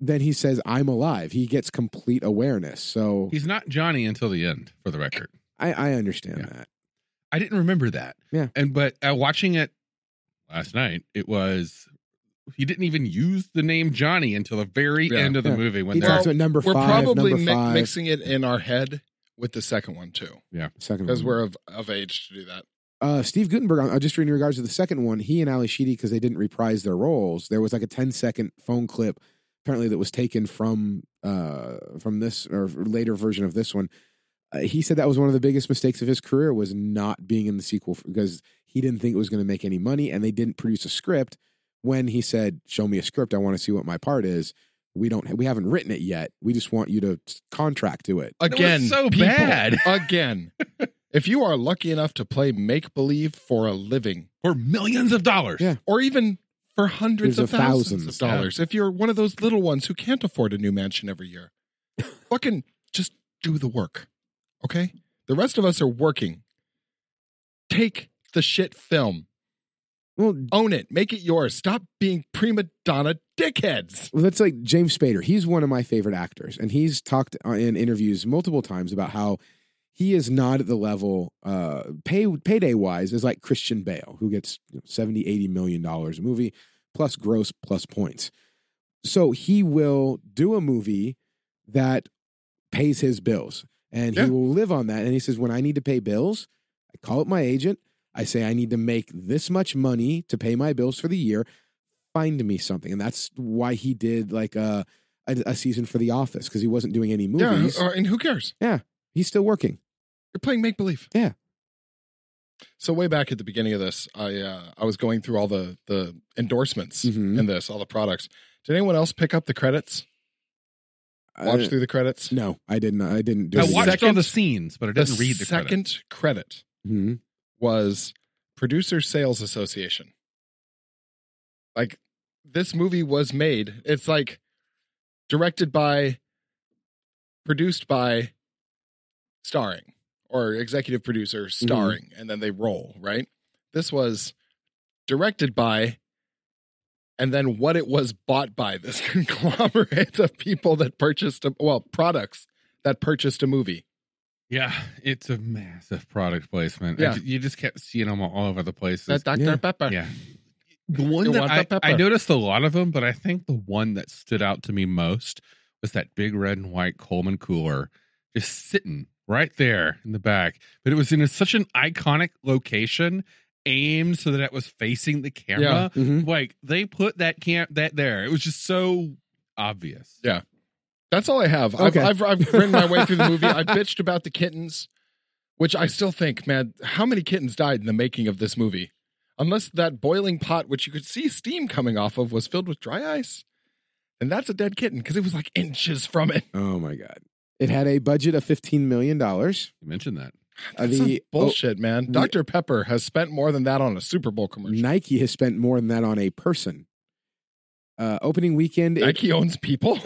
then he says I'm alive. He gets complete awareness. So
he's not Johnny until the end, for the record.
I I understand
Yeah.
that.
I didn't remember that.
Yeah.
And but uh, watching it last night, it was he didn't even use the name Johnny until the very
Yeah.
end of the
Yeah.
movie when
he
they're
talks about number
We're
five,
probably
number
mi-
five,
mixing it in our head with the second one too,
second
because
one.
we're of, of age to do that.
uh, Steve Gutenberg, I- I just read in regards to the second one, he and Ali Sheedy, because they didn't reprise their roles, there was like a 10 second phone clip apparently that was taken from uh, from this or later version of this one. Uh, he said that was one of the biggest mistakes of his career was not being in the sequel f- because he didn't think it was going to make any money and they didn't produce a script when he said, show me a script. I want to see what my part is. We don't, we haven't written it yet. We just want you to s- contract to it.
was
Again,
so
people,
bad.
again, if you are lucky enough to play make believe for a living,
for millions of dollars.
Yeah.
or even for hundreds
Hundreds
of
of
thousands, of
thousands,
dollars, if you're one of those little ones who can't afford a new mansion every year, fucking just do the work. Okay? The rest of us are working. Take the shit film.
Well,
Own it. Make it yours. Stop being prima donna dickheads.
Well, that's like James Spader. He's one of my favorite actors, and he's talked uh, in interviews multiple times about how he is not at the level uh, pay payday wise is like Christian Bale, who gets you know, 70, 80 million dollars a movie plus gross plus points. So he will do a movie that pays his bills, and
Yeah.
he will live on that. And he says, when I need to pay bills, I call up my agent. I say I need to make this much money to pay my bills for the year. Find me something, and that's why he did like a a, a season for The Office because he wasn't doing any movies.
Yeah, uh, and who cares?
He's still working.
You're playing make believe.
Yeah.
So way back at the beginning of this, I uh, I was going through all the the endorsements
Mm-hmm.
Mhm.
in this, all the products. Did anyone else pick up the credits? Watch
Uh,
through the credits.
no, I didn't. I didn't do
I
The
it.
watched all
second-
the scenes, but I
The
didn't read the
second
credits.
credit
Mhm.
was Producer Sales Association. Like this movie was made. It's like directed by, produced by, starring or executive producer
Mm-hmm.
starring, and then they roll right. This was directed by. And then what it was bought by this conglomerate of people that purchased, a, well, products that purchased a movie.
Yeah, it's a massive product placement. I
Yeah.
ju- you just kept seeing them all over the place.
That Dr.
Yeah.
Pepper.
Yeah. The one
You
that
want
I,
that pepper?
I noticed a lot of them, but I think the one that stood out to me most was that big red and white Coleman cooler just sitting right there in the back. But it was in a, such an iconic location, aimed so that it was facing the camera.
Mhm.
Like they put that camp that there. It was just so obvious.
Yeah. That's all I have.
Okay.
I've, I've, I've ridden my way through the movie. I bitched about the kittens, which I still think, man, how many kittens died in the making of this movie? Unless that boiling pot, which you could see steam coming off of, was filled with dry ice. And that's a dead kitten because it was like inches from it.
Oh my god! It had a budget of fifteen million dollars.
You mentioned that.
That's some bullshit, man.
the-
Dr. Pepper has spent more than that on a Super Bowl commercial.
Nike has spent more than that on a person. Uh, opening weekend. it-
Nike owns people.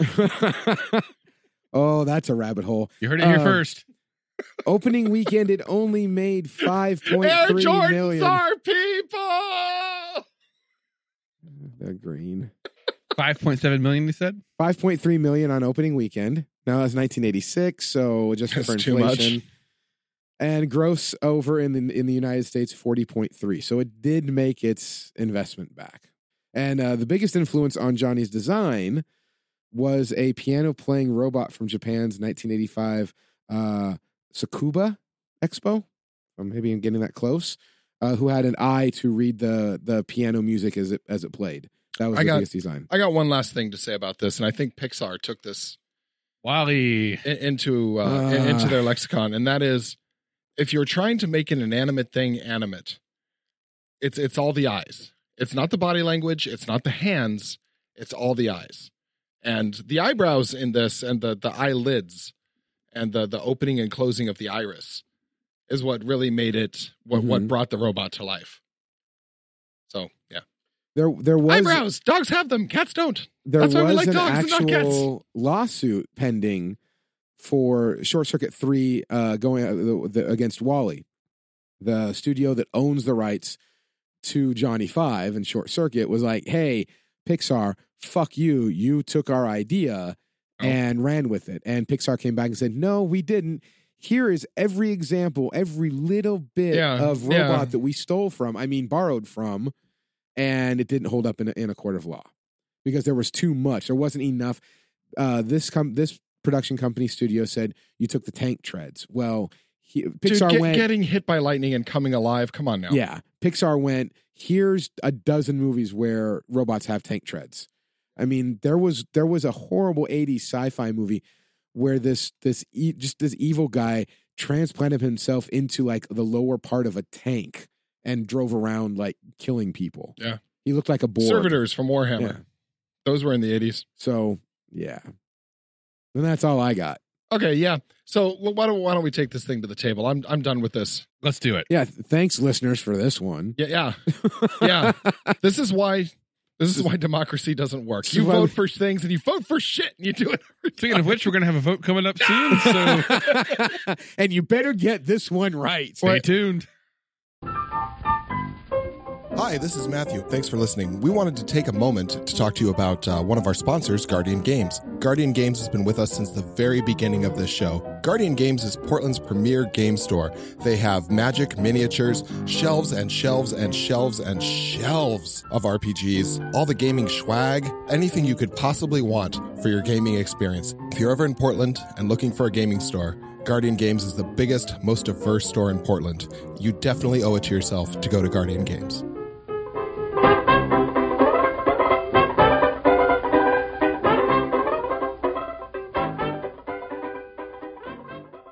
oh, that's a rabbit hole.
You heard it here
Um,
first.
Opening weekend, it only made five point
Air
three
Jordans
million.
are people.
The green.
Five point seven million. You said.
Five point three million on opening weekend. Now that's nineteen eighty six. So adjusted
That's
for
too much.
inflation. And gross over in the in the United States forty point three. So it did make its investment back. And uh, the biggest influence on Johnny's design was a piano playing robot from Japan's nineteen eighty five uh, Sakuba Expo. Or maybe I'm getting that close. Uh, who had an eye to read the the piano music as it as it played. That was
I
the
got-
biggest design.
I got one last thing to say about this, and I think Pixar took this
Wally.
in- into uh, in-
Ah.
into their lexicon, and that is if you're trying to make an inanimate thing animate, it's it's all the eyes. It's not the body language. It's not the hands. It's all the eyes, and the eyebrows in this, and the the eyelids, and the the opening and closing of the iris, is what really made it what what
Mhm.
brought the robot to life. So yeah,
There there was
eyebrows. Dogs have them. Cats don't.
there
That's why
was
we like
an
dogs and not cats.
actual lawsuit pending for Short Circuit Three uh, going uh, the, the, against Wally, the studio that owns the rights to Johnny Five and Short Circuit was like, "Hey, Pixar, fuck you! You took our idea
Oh.
and ran with it." And Pixar came back and said, "No, we didn't." Here is every example, every little bit
Yeah,
of
yeah.
robot that we stole from, I mean, borrowed from, and it didn't hold up in a, in a court of law because there was too much. There wasn't enough. Uh, this com- this production company studio said you took the tank treads. Well, he,
Dude,
Pixar
get-
went.
getting hit by lightning and coming alive. Come on now.
Yeah, Pixar went. Here's a dozen movies where robots have tank treads. I mean, there was there was a horrible '80s sci-fi movie where this this e- just this evil guy transplanted himself into like the lower part of a tank and drove around like killing people.
Yeah.
he looked like a board.
Servitors from Warhammer. Those were in the 80s.
So yeah, and that's all I got.
Okay, yeah. So well, why don't why don't we take this thing to the table? I'm I'm done with this.
Let's do it.
Yeah, th- thanks listeners for this one.
Yeah, yeah, yeah. this is why this is why democracy doesn't work.
This
You
is why we-
vote for things and you vote for shit and you do it.
Speaking of which, we're gonna have a vote coming up soon. So
and you better get this one right.
stay tuned.
Hi, this is Matthew. Thanks for listening. We wanted to take a moment to talk to you about uh, one of our sponsors, Guardian Games. Guardian Games has been with us since the very beginning of this show. Guardian Games is Portland's premier game store. They have magic, miniatures, shelves and shelves and shelves and shelves of RPGs, all the gaming swag, anything you could possibly want for your gaming experience. If you're ever in Portland and looking for a gaming store, Guardian Games is the biggest, most diverse store in Portland. You definitely owe it to yourself to go to Guardian Games.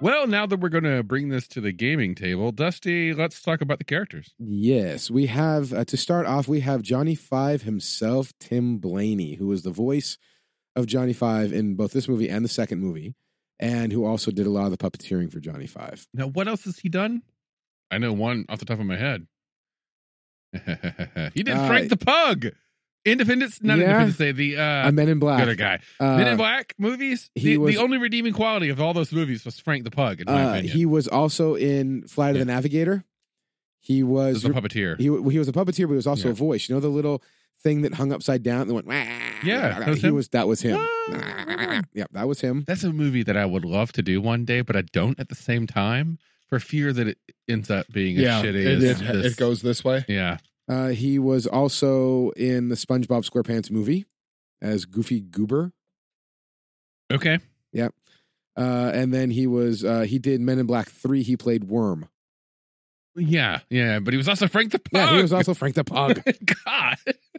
Well, now that we're going to bring this to the gaming table, Dusty, let's talk about the characters.
Yes, we have uh, to start off. We have Johnny Five himself, Tim Blaney, who was the voice of Johnny Five in both this movie and the second movie, and who also did a lot of the puppeteering for Johnny Five.
Now, what else has he done? I know one off the top of my head. he did
Uh,
Frank the Pug. Independence, not
yeah.
Independence Day, the uh,
Uh, Men in Black.
other guy.
Uh,
Men in Black movies.
he
The,
was-
the only redeeming quality of all those movies was Frank the Pug, in my
uh,
opinion.
he was also in Flight of the Navigator. He
He was
was
a puppeteer.
He, he was a puppeteer, but he was also
Yeah.
a voice. You know the little thing that hung upside down and went. "Wah."
Yeah, that was
he
him.
was. That was him.
Wah.
Yep, that was him.
That's a movie that I would love to do one day, but I don't at the same time for fear that it ends up being
yeah,
a
it,
shitty.
it,
as
it
this-
goes this way.
Yeah.
Uh, he was also in the SpongeBob SquarePants movie as Goofy Goober.
Okay.
Uh, and then he was uh, he did Men in Black Three. He played Worm.
Yeah. Yeah. But he was also Frank the Pug.
Yeah, he was also Frank the Pug.
God.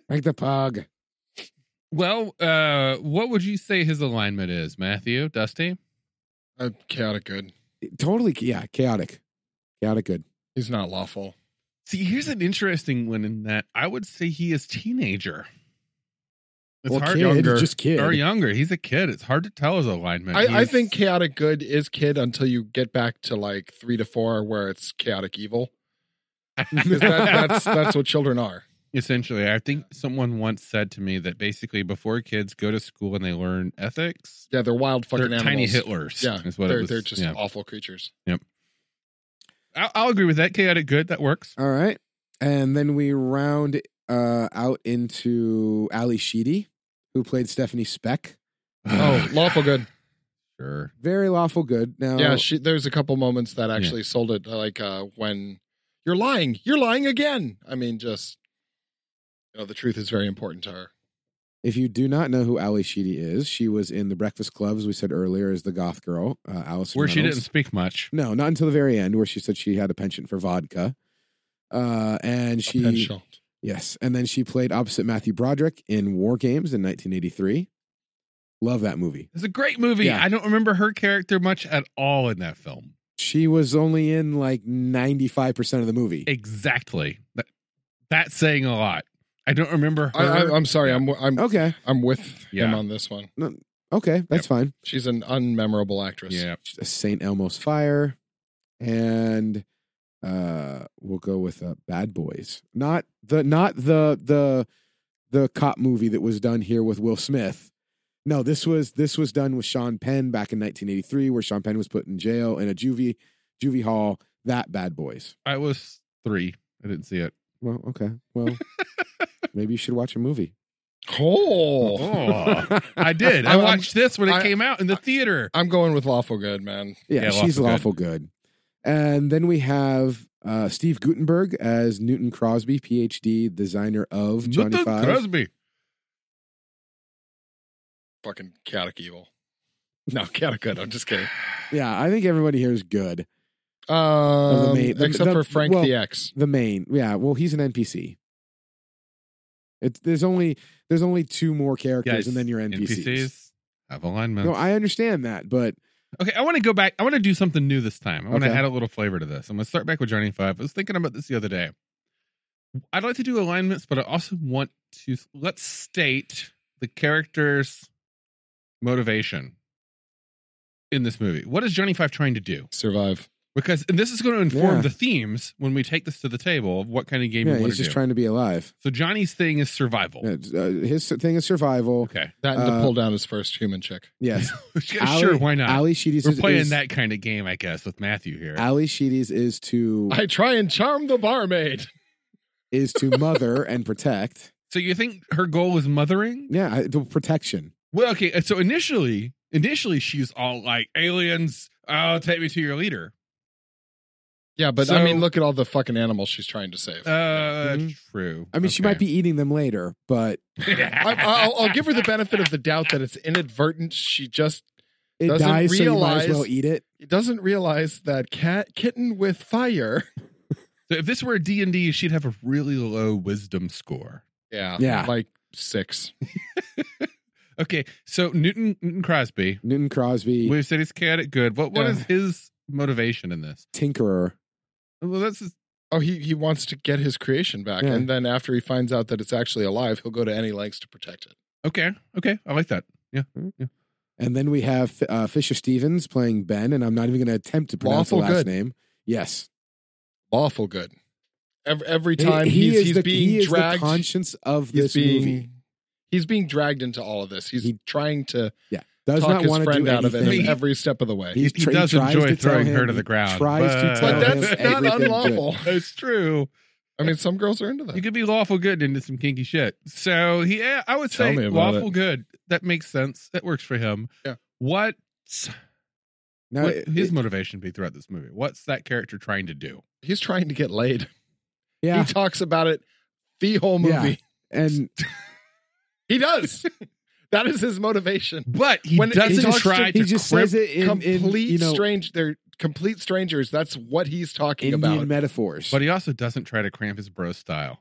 Frank the Pug.
Well, uh, what would you say his alignment is, Matthew? Dusty?
Uh, chaotic good.
Totally, yeah, chaotic, chaotic. Good.
He's not lawful.
See, here's an interesting one in that I would say he is teenager. It's
Well,
hard
kid,
younger.
just kid.
Or younger. He's a kid. It's hard to tell his alignment.
I, I
He's-
think chaotic good is kid until you get back to like three to four where it's chaotic evil. 'Cause that, that's that's what children are.
Essentially, I think someone once said to me that basically before kids go to school and they learn ethics,
Yeah, they're wild fucking
they're
animals.
tiny Hitlers.
Yeah,
is what it
they're
was.
they're just
yeah.
awful creatures.
I'll, I'll agree with that. Chaotic good, that works.
All right, and then we round uh, out into Ali Sheedy, who played Stephanie Speck.
Oh, lawful good.
sure.
Very lawful good.
Oh.
Now,
Yeah, she, there's a couple moments that actually sold it, like uh, when you're lying, you're lying again. I mean, just you know, the truth is very important to her.
If you do not know who Ali Sheedy is, she was in The Breakfast Club, as we said earlier, as the goth girl, uh, Allison.
Where she
Reynolds.
didn't speak much.
No, not until the very end, where she said she had a penchant for vodka. Uh, and
A
she,
penchant.
yes, and then she played opposite Matthew Broderick in War Games in 1983. Love that movie.
It's a great movie.
Yeah.
I don't remember her character much at all in that film.
She was only in like 95% of the movie.
Exactly. That, that's saying a lot. I don't remember her.
I, I, I'm sorry, I'm I'm
Okay,
I'm with him
Yeah.
on this one.
okay, that's fine.
She's an unmemorable actress.
yeah.
St. Elmo's Fire, and uh, we'll go with uh, Bad Boys. Not the not the the the cop movie that was done here with Will Smith. No, this was this was done with Sean Penn back in 1983, where Sean Penn was put in jail in a juvie juvie hall. That Bad Boys.
I was three. I didn't see it.
Well, okay, well, maybe you should watch a movie. Mm-hmm.
Oh,
Oh, I did. I
I'm-
watched this when it
I-
came out in the theater.
I'm going with lawful good, man.
Yeah,
Yeah,
she's
Lawful
lawful good. And then we have uh, Steve Gutenberg as Newton Crosby, PhD, designer of Johnny
Newton
Five.
Crosby.
Fucking chaotic evil. No, chaotic good. I'm just kidding.
Yeah, I think everybody here is good.
Um,
main- the-
except
the-
for Frank
well-
the X.
The main, yeah. Well, he's an NPC. It's there's only there's only two more characters,
Guys,
and then your NPCs.
NPCs have alignments.
No, I understand that, but
Okay, I want to go back. I want to do something new this time. I want
Okay.
to add a little flavor to this. I'm going to start back with Johnny Five. I was thinking about this the other day. I'd like to do alignments, but I also want to let's state the character's motivation in this movie. What is Johnny Five trying to do?
Survive.
Because and this is going to inform
Yeah.
the themes when we take this to the table of what kind of game
yeah,
we want
he's
to
just
do.
trying to be alive.
so Johnny's thing is survival.
Yeah, uh, his thing is survival.
Okay,
That and to
Uh,
pull down his first human chick.
Yes,
sure, why not?
Ali Sheedy's
We're
is,
playing
is,
that kind of game, I guess, with Matthew here.
Ali Sheedy's is to
I try and charm the barmaid.
is to mother and protect.
so you think her goal is mothering?
Yeah, I- the protection.
Well, okay. uh, So initially, initially she's all like aliens. Oh, take me to your leader.
Yeah, but I mean,
So-
look at all the fucking animals she's trying to save.
Uh,
Mm-hmm.
Mhm.
true.
I mean, she might be eating them later, but
I, I'll, I'll give her the benefit of the doubt that it's inadvertent. She just
it
Doesn't
dies, so you might as
realize-
well eat it.
doesn't realize that cat kitten with fire.
So if this were D and D, she'd have a really low wisdom score.
Yeah,
Yeah.
like six.
Okay, so Newton, Newton Crosby,
Newton Crosby,
we've said he's chaotic good. What what
Yeah.
is his motivation in this?
tinkerer.
Well, that's his-
Oh, he he wants to get his creation back,
Yeah.
and then after he finds out that it's actually alive, he'll go to any lengths to protect it.
okay. Okay, I like that. Yeah, yeah.
And then we have uh, Fisher Stevens playing Ben, and I'm not even going to attempt to pronounce the
Lawful
last
good.
name. Yes,
Awful good. Every, every
He-
time
he,
he's,
is
he's
the,
being
he is the
dragged,
conscience of
he's
this
being
movie.
he's being dragged into all of this. He's
He
trying to
Does
talk
not
his
want to
friend
do
out of
anything.
it
He-
every step of the way.
He's
He- he
tr-
does
tries
enjoy
to tell
throwing her
him-
to the ground,
Tries to
but-
tell
but
him
that's not
everything good.
unlawful.
that's true.
I mean, some girls are into that.
You could be lawful good into some kinky shit. So he, yeah, I would
Tell
say
me about
lawful
it.
good. That makes sense. That works for him.
Yeah.
What
Now,
would
it-
his
it-
motivation be throughout this movie? What's that character trying to do?
He's trying to get laid.
yeah,
He talks about it the whole
Yeah.
movie.
and
He does. that is his motivation.
But he
When he
doesn't
talks to-
try to.
he just
crimp-
says it in,
complete
in you know
strange. They're complete strangers. That's what he's talking
Indian
about.
metaphors.
but he also doesn't try to cramp his bro style.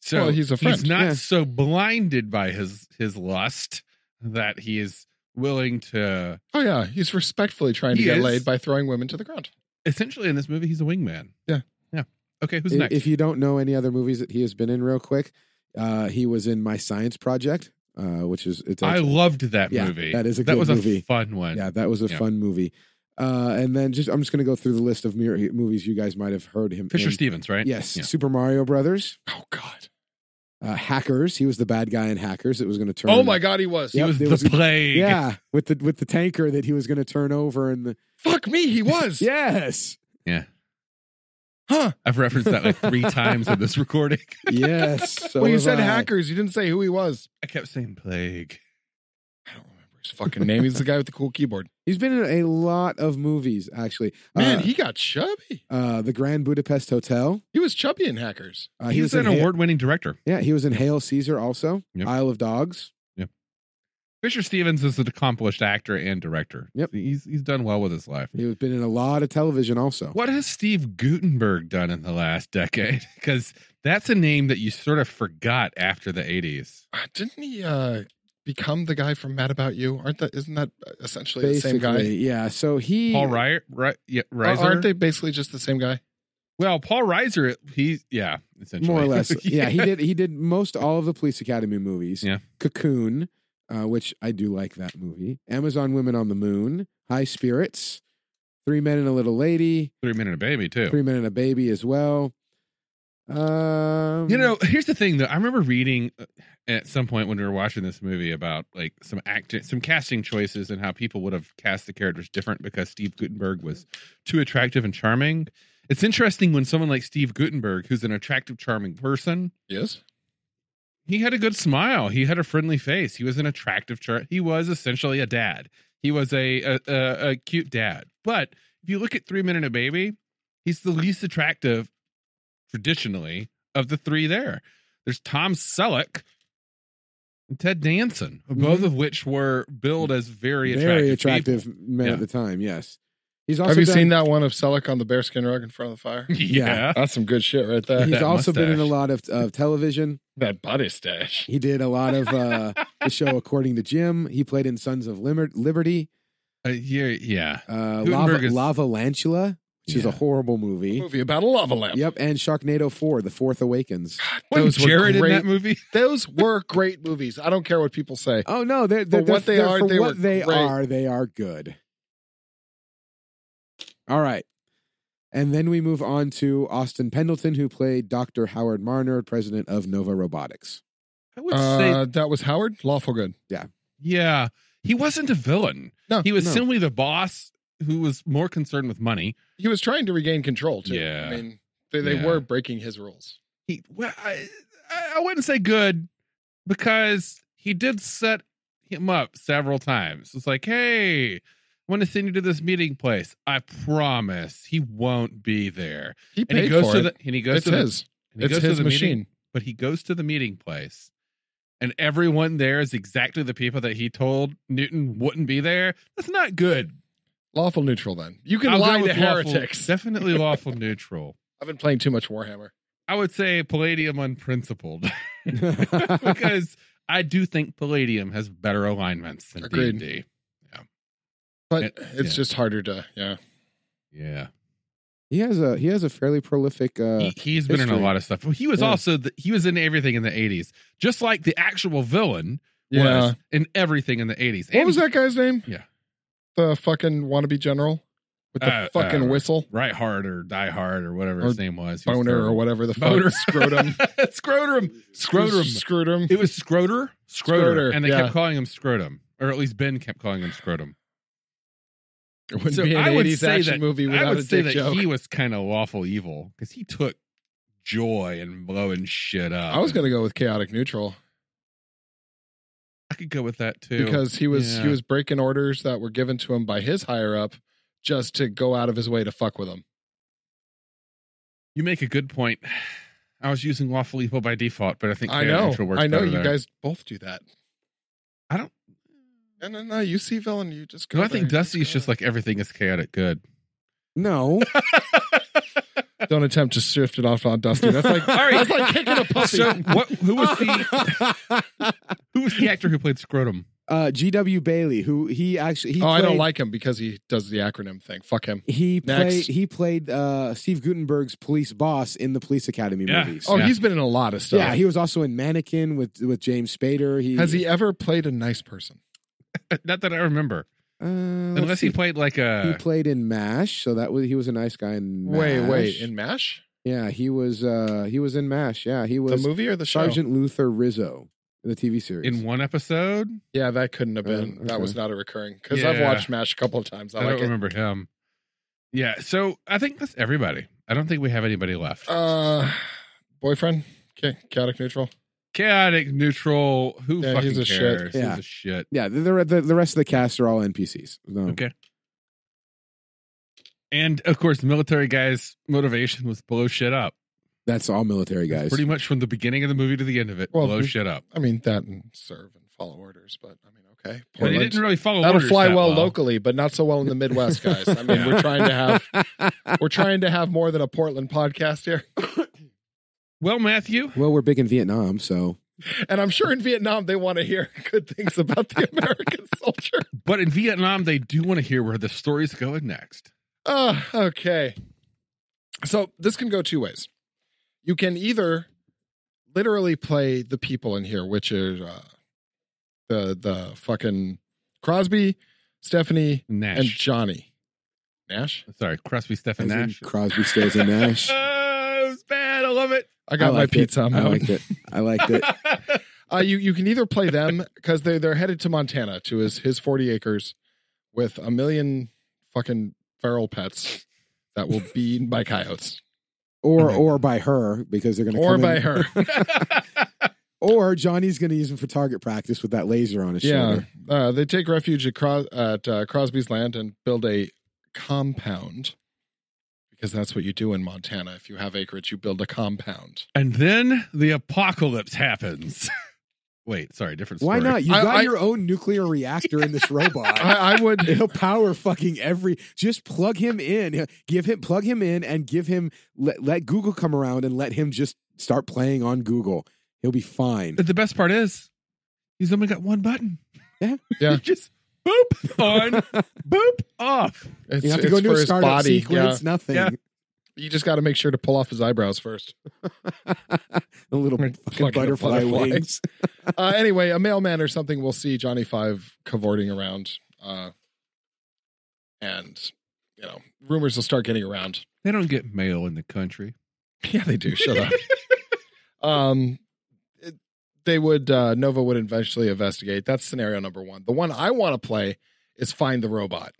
So
Well, he's a friend.
He's not
Yeah.
so blinded by his his lust that he is willing to.
oh yeah, he's respectfully trying
He
to get
is.
laid by throwing women to the ground.
Essentially, in this movie, he's a wingman.
Yeah.
yeah. Okay, who's
I-
next?
If you don't know any other movies that he has been in, real quick, uh, he was in My Science Project, uh, which is it's
I
actually-
loved that
Yeah,
movie.
that is a
that
good
was
movie.
a fun one.
yeah, that was a
Yeah.
fun movie. Uh, and then just I'm just gonna go through the list of mir- movies you guys might have heard him.
Fisher
in.
Stevens, right?
Yes,
Yeah.
Super Mario Brothers,
Oh god.
uh, Hackers. He was the bad guy in Hackers. It was gonna turn.
Oh my god, he was.
He
Yep,
was
there
the
was a-
plague.
Yeah, with the with the tanker that he was gonna turn over and the
Fuck me, he was.
yes,
Yeah.
Huh.
I've referenced that like three times in this recording.
yes. So
when you
was
said
I.
hackers, you didn't say who he was.
I kept saying plague.
I don't remember his fucking name. He's the guy with the cool keyboard.
he's been in a lot of movies actually.
Man,
uh,
he got chubby.
uh, the Grand Budapest Hotel.
He was chubby in hackers.
Uh, he
he's
was in
an
Hail-
award-winning director.
Yeah, he was in Hail Caesar also.
Yep.
Isle of Dogs.
Fisher Stevens is an accomplished actor and director.
Yep.
He's he's done well with his life.
He's been in a lot of television also.
What has Steve Gutenberg done in the last decade? Because that's a name that you sort of forgot after the 80s.
Uh, didn't he uh become the guy from Mad About You? Aren't that isn't that essentially the same guy?
Yeah. So he Uh,
Paul Ry- Ry- yeah, Reiser?
Aren't they basically just the same guy?
Well, Paul Reiser, he, yeah, essentially.
more or less. yeah. he did he did most all of the police academy movies.
Yeah.
Cocoon, uh, which I do like that movie. Amazon Women on the Moon, High Spirits, Three Men and a Little Lady,
Three Men and a Baby, too.
Three Men and a Baby as well. Um
You know, here's the thing, though. I remember reading uh, at some point when we were watching this movie about like some acting, some casting choices, and how people would have cast the characters different because Steve Gutenberg was too attractive and charming. It's interesting when someone like Steve Gutenberg, who's an attractive, charming person,
Yes.
he had a good smile. He had a friendly face. He was an attractive char. He was essentially a dad. He was a a, a, a cute dad. But if you look at Three Men and a Baby, he's the least attractive traditionally of the three there. There's Tom Selleck and Ted Danson, both of which were billed as very attractive.
very
people.
attractive men
Yeah.
at the time, yes. He's also
Have you
done-
seen that one of Selleck on the bearskin rug in front of the fire?
Yeah.
That's some good shit right there.
He's
uh, that
also been in a
mustache.
lot of, of television.
That body stash.
He did a lot of uh, the show According to Jim. He played in Sons of Limer- Liberty,
Uh, yeah. Yeah.
uh, Lava,
Gutenberg is-
Lantula, which is a
Yeah.
horrible movie.
Movie about a lava lamp.
Yep, and Sharknado 4, The Fourth Awakens.
was
were
Jared in
great-
that movie?
Those were great movies. I don't care what people say.
Oh, no, they're, they're,
For what
they're-
they are,
for
they
what
were
they
great.
are, they are good. All right. And then we move on to Austin Pendleton, who played Dr. Howard Marner, president of Nova Robotics.
I would say
Uh, that was Howard. Lawful good.
Yeah. He wasn't a villain.
No,
He was
no.
simply the boss who was more concerned with money.
He was trying to regain control too.
Yeah.
I mean, they, they
Yeah.
were breaking his rules.
He well, I, I- I wouldn't say good because he did set him up several times. It's like, hey, I want to send you to this meeting place. I promise he won't be there.
He
And
paid
he goes
for
to
it.
the and he goes
it's
to the,
his.
and he
it's
goes to
his
the meeting-
machine.
but he goes to the meeting place and everyone there is exactly the people that he told Newton wouldn't be there. That's not good.
Lawful neutral. Then you can
I'll go
lie to
with lawful-
heretics.
definitely lawful neutral.
I've been playing too much Warhammer.
I would say palladium unprincipled because I do think palladium has better alignments than D
Agreed.
and D.
But
It-
it's
yeah.
just harder to. Yeah.
Yeah,
he has a he has a fairly prolific uh,
he, has been in a
history.
lot of stuff. He was
Yeah.
also the, he was in everything in the eighties, just like the actual villain
Yeah.
was in everything in the eighties.
What was that guy's name?
Yeah.
The fucking wannabe general with the
Uh,
fucking
uh,
whistle,
Right Hard or Die Hard or whatever
Or
his name was. He was
boner, or
terrible.
whatever the fuck.
Boner.
Scrotum.
Scrotum. Scrotum.
Scrotum.
It was Scroter. Scroter.
Scroter,
And they
yeah.
kept calling him Scrotum, or at least Ben kept calling him Scrotum.
It wouldn't
So
be an
I would
80s
say
action
that-
movie
I
without
would
a
say
dick
that
joke.
he was kind of lawful evil because he took joy and blowing shit up.
I was gonna go with chaotic neutral
I could go with that too
because he was he
Yeah.
was breaking orders that were given to him by his higher up just to go out of his way to fuck with him.
you make a good point. I was using lawful evil by default, but I think
I
chaotic
know.
neutral works
I know
better
you
there.
guys both do that.
I don't-
No, no, no. You see villain, you just go.
No, I think
there.
Dusty's just like everything is chaotic good.
No,
Don't attempt to shift it off on Dusty. That's like
All right.
that's like kicking a pussy.
So what? Who was the who was the actor who played Scrotum?
uh, G.W. Bailey, who he actually he
oh, I don't
played-
like him because he does the acronym thing. Fuck him.
He played
Next.
he played uh, Steve Gutenberg's police boss in the Police Academy
Yeah.
movies.
Oh,
Yeah.
he's been in a lot of stuff.
yeah, he was also in Mannequin with with James Spader. He
has he ever played a nice person?
Not that I remember,
Uh, let's
unless he
see.
played like uh,
he
a.
played in Mash, so that was he was a nice guy in Mash.
Wait, wait. In Mash,
yeah, he was uh he was in Mash. Yeah, he
the
was
movie or the show?
Sergeant Luther Rizzo in the TV series.
in one episode,
Yeah, that couldn't have been.
Oh,
That
okay.
was not a recurring because I've
Yeah.
watched Mash a couple of times. I,
I, don't
like it.
remember him. Yeah, so I think that's everybody. I don't think we have anybody left.
Uh, boyfriend, okay, chaotic neutral.
chaotic neutral. Who
Yeah,
fucking
he's a shit.
cares?
Yeah.
He's a shit.
yeah, the, the the the rest of the cast are all NPCs. No.
Okay. And of course, military guy's motivation was blow shit up.
That's all military guys.
Pretty much from the beginning of the movie to the end of it,
Well,
blow
we-
shit up.
I mean that and serve and follow orders, but I mean okay.
But he
Portland.
didn't really follow.
That'll
orders
fly
that
well, locally, but not so well in the Midwest, guys. I mean, we're trying to have we're trying to have more than a Portland podcast here.
Well, Matthew,
well, we're big in Vietnam, so
And I'm sure in Vietnam they want to hear good things about the American soldier.
but in Vietnam, they do want to hear where the story's going next.
Oh, okay. So this can go two ways. You can either literally play the people in here, which is uh, the the fucking Crosby, Stephanie,
Nash.
and Johnny. Nash.
Sorry, Crosby, Stephen
as in
Nash.
Crosby, Stills, and Nash.
Oh, it was bad. I love it.
I got
I
my
liked it.
pizza. I'm
I
out.
liked it. I liked it.
Uh, you you can either play them because they they're headed to Montana to his his forty acres with a million fucking feral pets that will be eaten by coyotes
Or
Okay.
or by her because they're going to
or
come
by
in,
her.
or Johnny's going to use him for target practice with that laser on his
Yeah,
shoulder.
uh, they take refuge at, Cros- at uh, Crosby's land and build a compound because that's what you do in Montana. If you have acreage, you build a compound.
and then the apocalypse happens. Wait, sorry, different story.
Why not? You
I-
got
I-
your own nuclear reactor in this robot.
I, I would.
It'll power fucking every. Just plug him in. Give him plug him in and give him let, let Google come around and let him just start playing on Google. He'll be fine.
The best part is he's only got one button.
Yeah.
Yeah.
You just boop on, boop off.
It's,
You have to
it's
go into
for
a
his
startup
body.
sequence. Nothing.
Yeah.
Yeah, you just got to make sure to pull off his eyebrows first.
the little
Fucking
fucking butterfly,
butterfly.
wings.
uh, anyway, a mailman or something will see Johnny Five cavorting around, uh, and you know rumors will start getting around.
They don't get mail in the country.
Yeah, they do. Shut up. Um, it- they would uh, Nova would eventually investigate. That's scenario number one. The one I want to play is find the robot,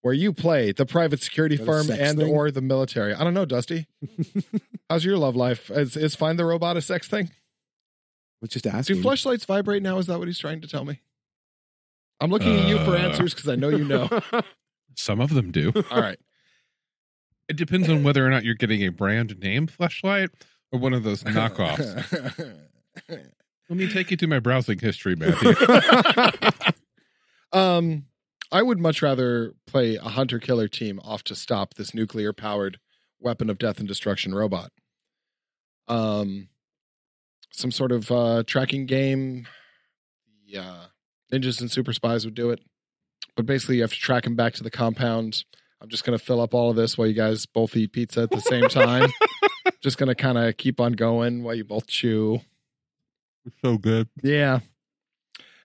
where you play the private security
Or the
firm
sex
and
thing?
or the military. I don't know, Dusty. How's your love life? Is, is find the robot a sex thing?
Well, Just asking.
Do flashlights vibrate now? Is that what he's trying to tell me? I'm looking at you for
Uh.
answers because I know you know.
Some of them do.
All right.
It depends on whether or not you're getting a brand name flashlight or one of those knockoffs. Let me take you to my browsing history, Matthew.
um, I would much rather play a hunter killer team off to stop this nuclear powered weapon of death and destruction robot. Um, some sort of uh, tracking game. Yeah, ninjas and super spies would do it, but basically you have to track him back to the compound. I'm just gonna fill up all of this while you guys both eat pizza at the same time. just gonna kind of keep on going while you both chew.
so good.
Yeah.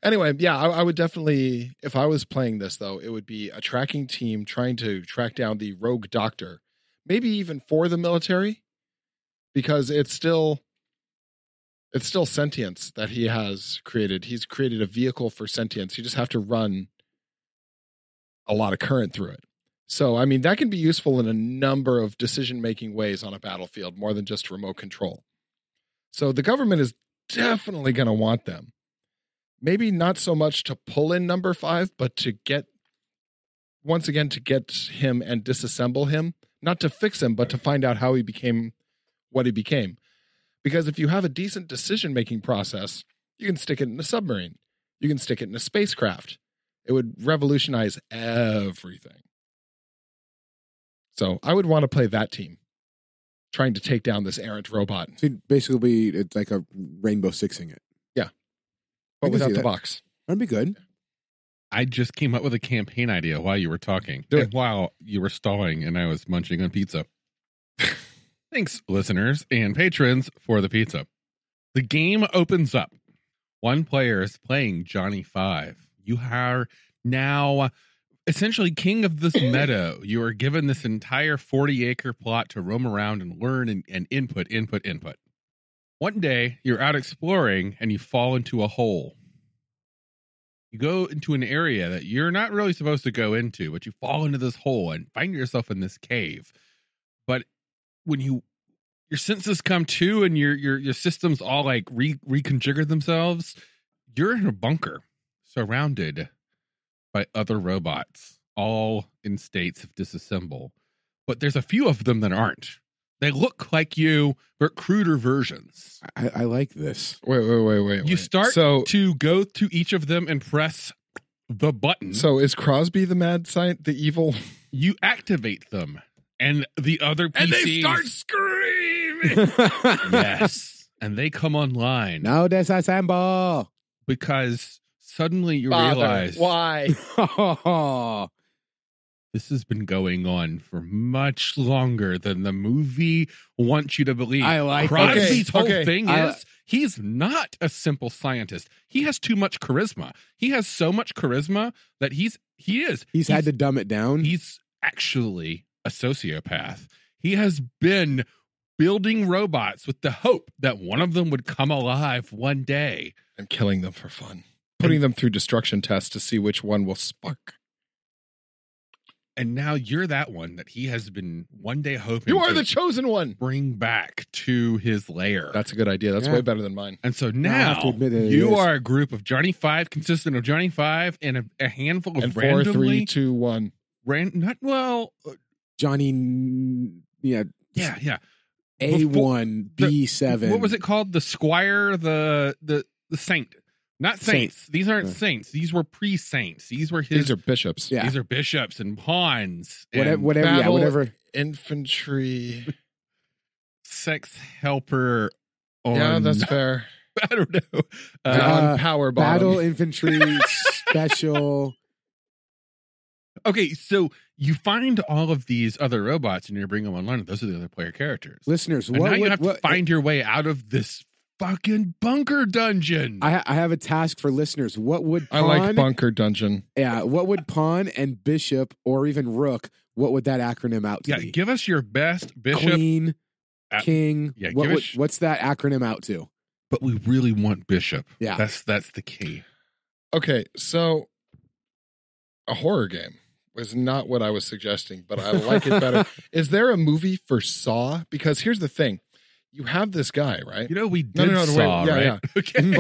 Anyway, yeah, I, I would definitely, if I was playing this though, it would be a tracking team trying to track down the rogue doctor, maybe even for the military, because it's still, it's still sentience that he has created. He's created a vehicle for sentience. You just have to run a lot of current through it. So, I mean, that can be useful in a number of decision making ways on a battlefield more than just remote control. So, the government is definitely going to want them. Maybe not so much to pull in number five, but to get, once again, to get him and disassemble him, not to fix him, but to find out how he became what he became. Because if you have a decent decision making process, you can stick it in a submarine, you can stick it in a spacecraft. It would revolutionize everything. So I would want to play that team, trying to take down this errant robot,
So it'd basically be it's like a rainbow sixing it.
but
can see
without the
that.
box.
That'd be good.
I just came up with a campaign idea while you were talking.
Do it.
And While you were stalling and I was munching on pizza. Thanks, listeners and patrons, for the pizza. The game opens up. One player is playing Johnny Five. You are now essentially king of this meadow. You are given this entire 40 acre plot to roam around and learn and, and input, input, input. One day you're out exploring and you fall into a hole you go into an area that you're not really supposed to go into, but you fall into this hole and find yourself in this cave. But when you your senses come to and your your your systems all like re, reconfigure themselves, you're in a bunker surrounded by other robots, all in states of disassemble. But there's a few of them that aren't. They look like you, but cruder versions.
I, I like this.
Wait, wait, wait, wait.
You
wait.
start
So,
to go to each of them and press the button.
so is Crosby the mad scientist, the evil?
you activate them and the other PCs
screaming.
yes.
yes and they come online
No disassemble.
because suddenly you realize
why?
this has been going on for much longer than the movie wants you to believe
I like
Crosby's
this.
whole
Okay, okay.
thing
I-
is he's not a simple scientist he has too much charisma he has so much charisma that he's he is
He's had to dumb it
Mm-hmm.
down.
he's actually a sociopath. He has been building robots with the hope that one of them would come alive one day.
I'm killing them for fun, putting them through destruction tests to see which one will spark.
And now you're that one that he has been one day hoping
You are
to
the chosen one.
bring back to his lair.
That's a good idea. That's
Yeah.
way better than mine.
and so
Now I have
now
to admit it
you
is.
are a group of Johnny Five, consistent of Johnny Five and a, a handful of
And four,
randomly
three, two, one.
ran, not well, uh,
Johnny. N- Yeah.
yeah, yeah.
A
Before-
one,
the-
B seven.
What was it called? The squire, the the the saint. Not saints. These aren't
Yeah.
saints. These were pre-saints. These were his.
These are bishops.
Yeah.
these are bishops and pawns and
Whatever. Whatever. Yeah.
battle-
Whatever.
Infantry.
sex helper. On,
yeah, that's fair.
I don't know. Uh,
Uh,
John Powerbomb.
Battle infantry special.
okay, so you find all of these other robots and you bring them online. Those are the other player characters.
Listeners,
and
what?
now you
would-
have
what-
to find your way out of this fucking bunker dungeon.
I, ha- I have a task for listeners. What would
I
pawn,
like Bunker Dungeon.
yeah? What would pawn and bishop or even rook? What would that acronym out to
yeah,
be?
give us your best bishop.
Queen,
Uh,
king.
yeah,
what
give
would,
us-
what's that acronym out to?
but we really want bishop.
Yeah.
that's that's the key.
Okay, so a horror game was not what I was suggesting, but I like it better. Is there a movie for Saw? Because here's the thing. You have this guy, right?
You know we
No,
did
no, no, wait,
saw
yeah,
right.
yeah.
Okay,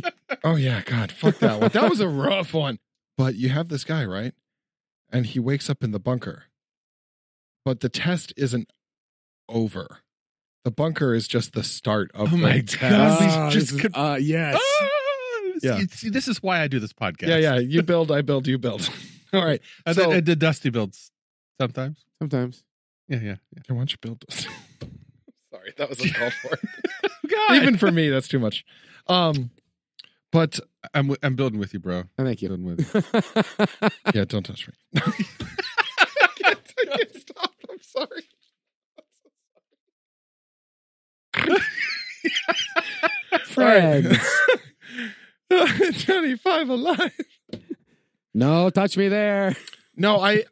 But- Oh yeah, God, fuck that one. That was a rough one. But you have this guy, right? And he wakes up in the bunker. But the test isn't over. The bunker is just the start of
Oh
the
my
test.
God. we
Ah,
just
this is-
could-
uh, yes.
Ah!
Yeah.
See, see, this is why I do this podcast.
Yeah, yeah. You build, I build, you build. All right.
I,
So-
did- I did dusty builds sometimes.
Sometimes.
Yeah, yeah. yeah.
Why don't you build this? Sorry, that was uncalled for.
God,
Even for me, that's too much. Um, but
I'm wi- I'm building with you, bro.
Oh, thank you.
Building with.
yeah, don't touch me. I, can't, I can't stop. I'm sorry.
Friends.
Johnny Five alive.
no, touch me there.
No, I,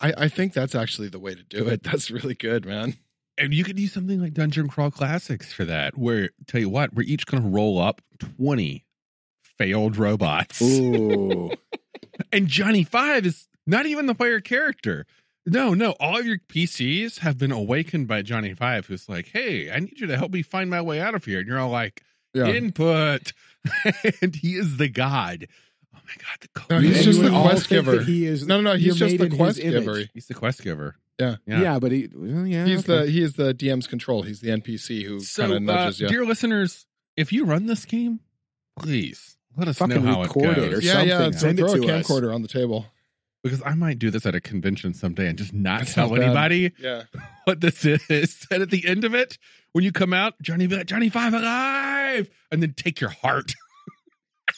I, I think that's actually the way to do it. That's really good, man.
And you could do something like Dungeon Crawl Classics for that. Where tell you what, we're each gonna roll up twenty failed robots,
Ooh.
and Johnny Five is not even the player character. No, no. All of your PCs have been awakened by Johnny Five, who's like, "Hey, I need you to help me find my way out of here." And you're all like,
Yeah.
"Input," and he is the god. Oh my god, the
No,
god.
he's
And
just
you
the
would all
quest
think that
giver.
He is
No, no, no. He's
You're
just
made
the
in his
quest
image.
giver.
he's the quest giver.
yeah.
Yeah.
but he well, yeah
He's
okay.
the he is the DM's control. He's the NPC who kind
So,
of
uh,
nudges you.
dear listeners, if you run this game, please let us
Fucking
know how
record it
it
or
goes.
yeah, yeah.
something. Send it
throw a
to us.
camcorder on the table.
Because I might do this at a convention someday and just not
That's
tell
not bad.
anybody
Yeah.
what this is. And at the end of it, when you come out, Johnny be like, Johnny Five alive, and then take your heart.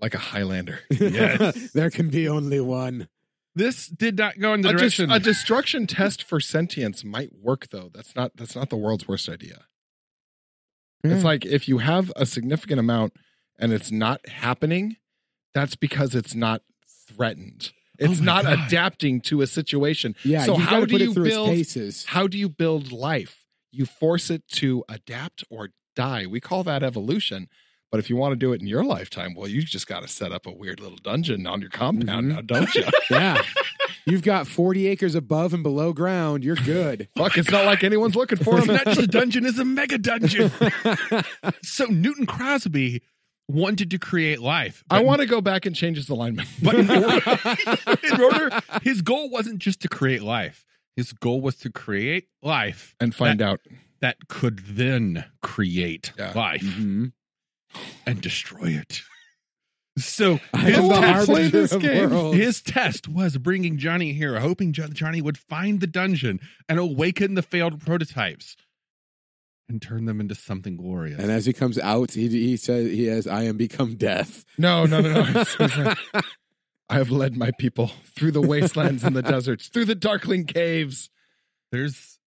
Like a Highlander.
Yes.
there can be only one.
This did not go in the
A, dis-
direction.
a destruction test for sentience might work though. That's not that's not the world's worst idea.
Yeah.
It's
Hmm.
like if you have a significant amount and it's not happening, that's because it's not threatened. It's
Oh my
not
God.
adapting to a situation.
Yeah.
So
you
how
gotta
do
put
you
it through
build-
its paces?
How do you build life? You force it to adapt or die. We call that evolution. But if you want to do it in your lifetime, well, you just got to set up a weird little dungeon on your compound
Mm-hmm.
Mhm.
now, don't you?
Yeah. You've got 40 acres above and below ground. You're good.
Fuck, it's not like anyone's looking for
It's
him.
not just a dungeon, it's a mega dungeon. so Newton Crosby wanted to create life.
I
but-
want to go back and change his alignment.
But in order, in order, his goal wasn't just to create life. His goal was to create life
and find out.
that could then create
Yeah. Mm-hmm.
life
Mhm.
and destroy it. So
I
his
am the
Don't
test,
play
harbinger
this
of
game.
worlds.
his test was bringing Johnny here, hoping Jo- Johnny would find the dungeon and awaken the failed prototypes and turn them into something glorious.
And as he comes out, he, he says, he has, I am become death.
No, no, no, no. It's- it's like, I have led my people through the wastelands and the deserts, through the darkling caves.
There's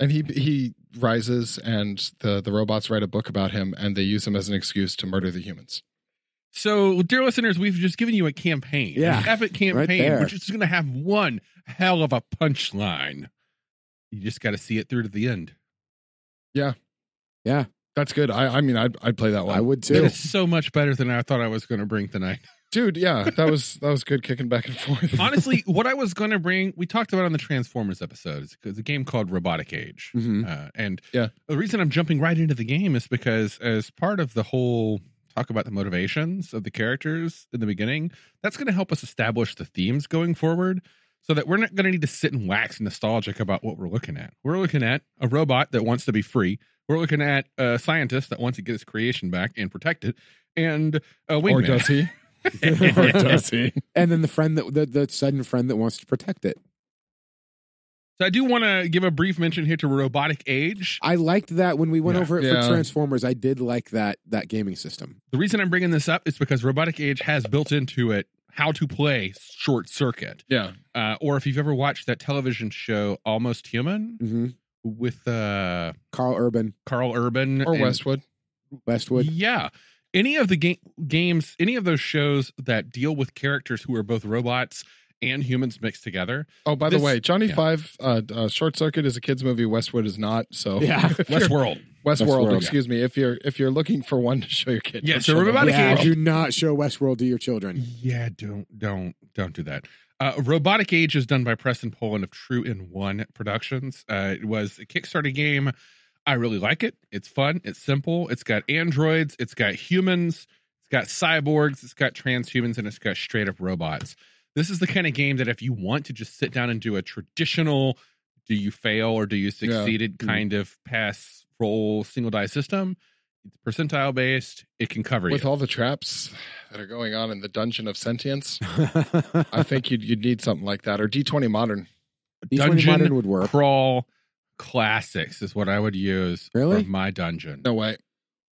And he he rises, and the the robots write a book about him, and they use him as an excuse to murder the humans.
so, dear listeners, we've just given you a campaign,
Yeah.
an epic campaign,
there.
which is going to have one hell of a punchline. You just got to see it through to the end.
That's good. I I mean I'd I'd play that one.
I would
That
too.
is so much better than I thought I was going to bring tonight.
Dude, yeah, that was that was good kicking back and forth.
Honestly, what I was going to bring, we talked about on the Transformers episodes, because a game called Robotic Age.
Mhm.
Uh, and
Hmm. Yeah.
the reason I'm jumping right into the game is because, as part of the whole talk about the motivations of the characters in the beginning, that's going to help us establish the themes going forward so that we're not going to need to sit and wax nostalgic about what we're looking at. We're looking at a robot that wants to be free, we're looking at a scientist that wants to get his creation back and protect it, and a wingman.
or does he? or does he?
And then the friend that, the, the sudden friend that wants to protect it.
So I do want to give a brief mention here to Robotic Age.
I liked that when we went
Yeah.
over it
Yeah.
for Transformers. I did like that, that gaming system.
The reason I'm bringing this up is because Robotic Age has built into it how to play Short Circuit,
Yeah.
uh, or if you've ever watched that television show Almost Human
hmm
with uh,
Carl Urban,
Carl Urban
Or
and-
Westwood.
Westwood.
Yeah. Any of the game games, any of those shows that deal with characters who are both robots and humans mixed together.
Oh, by
This-
the way, Johnny
yeah.
Five, uh, uh, Short Circuit is a kids movie. Westwood is not. So
Yeah.
if you're-
Westworld.
Westworld,
Westworld.
excuse me. If you're if you're looking for one to show your kid,
Yeah,
don't
so
show them
Robotic
Yeah,
Age-
Westworld.
do not show Westworld to your children.
Yeah, don't don't don't do that. Uh, Robotic Age is done by Preston Poland of True in One Productions. Uh, it was a Kickstarter game. I really like it. It's fun. It's simple. It's got androids. It's got humans. It's got cyborgs. It's got transhumans, and it's got straight up robots. This is the kind of game that if you want to just sit down and do a traditional, do you fail or do you succeeded
Mhm.
kind of pass roll single die system, it's percentile based. It can cover you.
With all the traps that are going on in the dungeon of sentience, I think you'd you'd need something like that or D twenty modern.
D20
Dungeon
Modern would work.
crawl classics is what I would use
Really?
for my dungeon.
No way,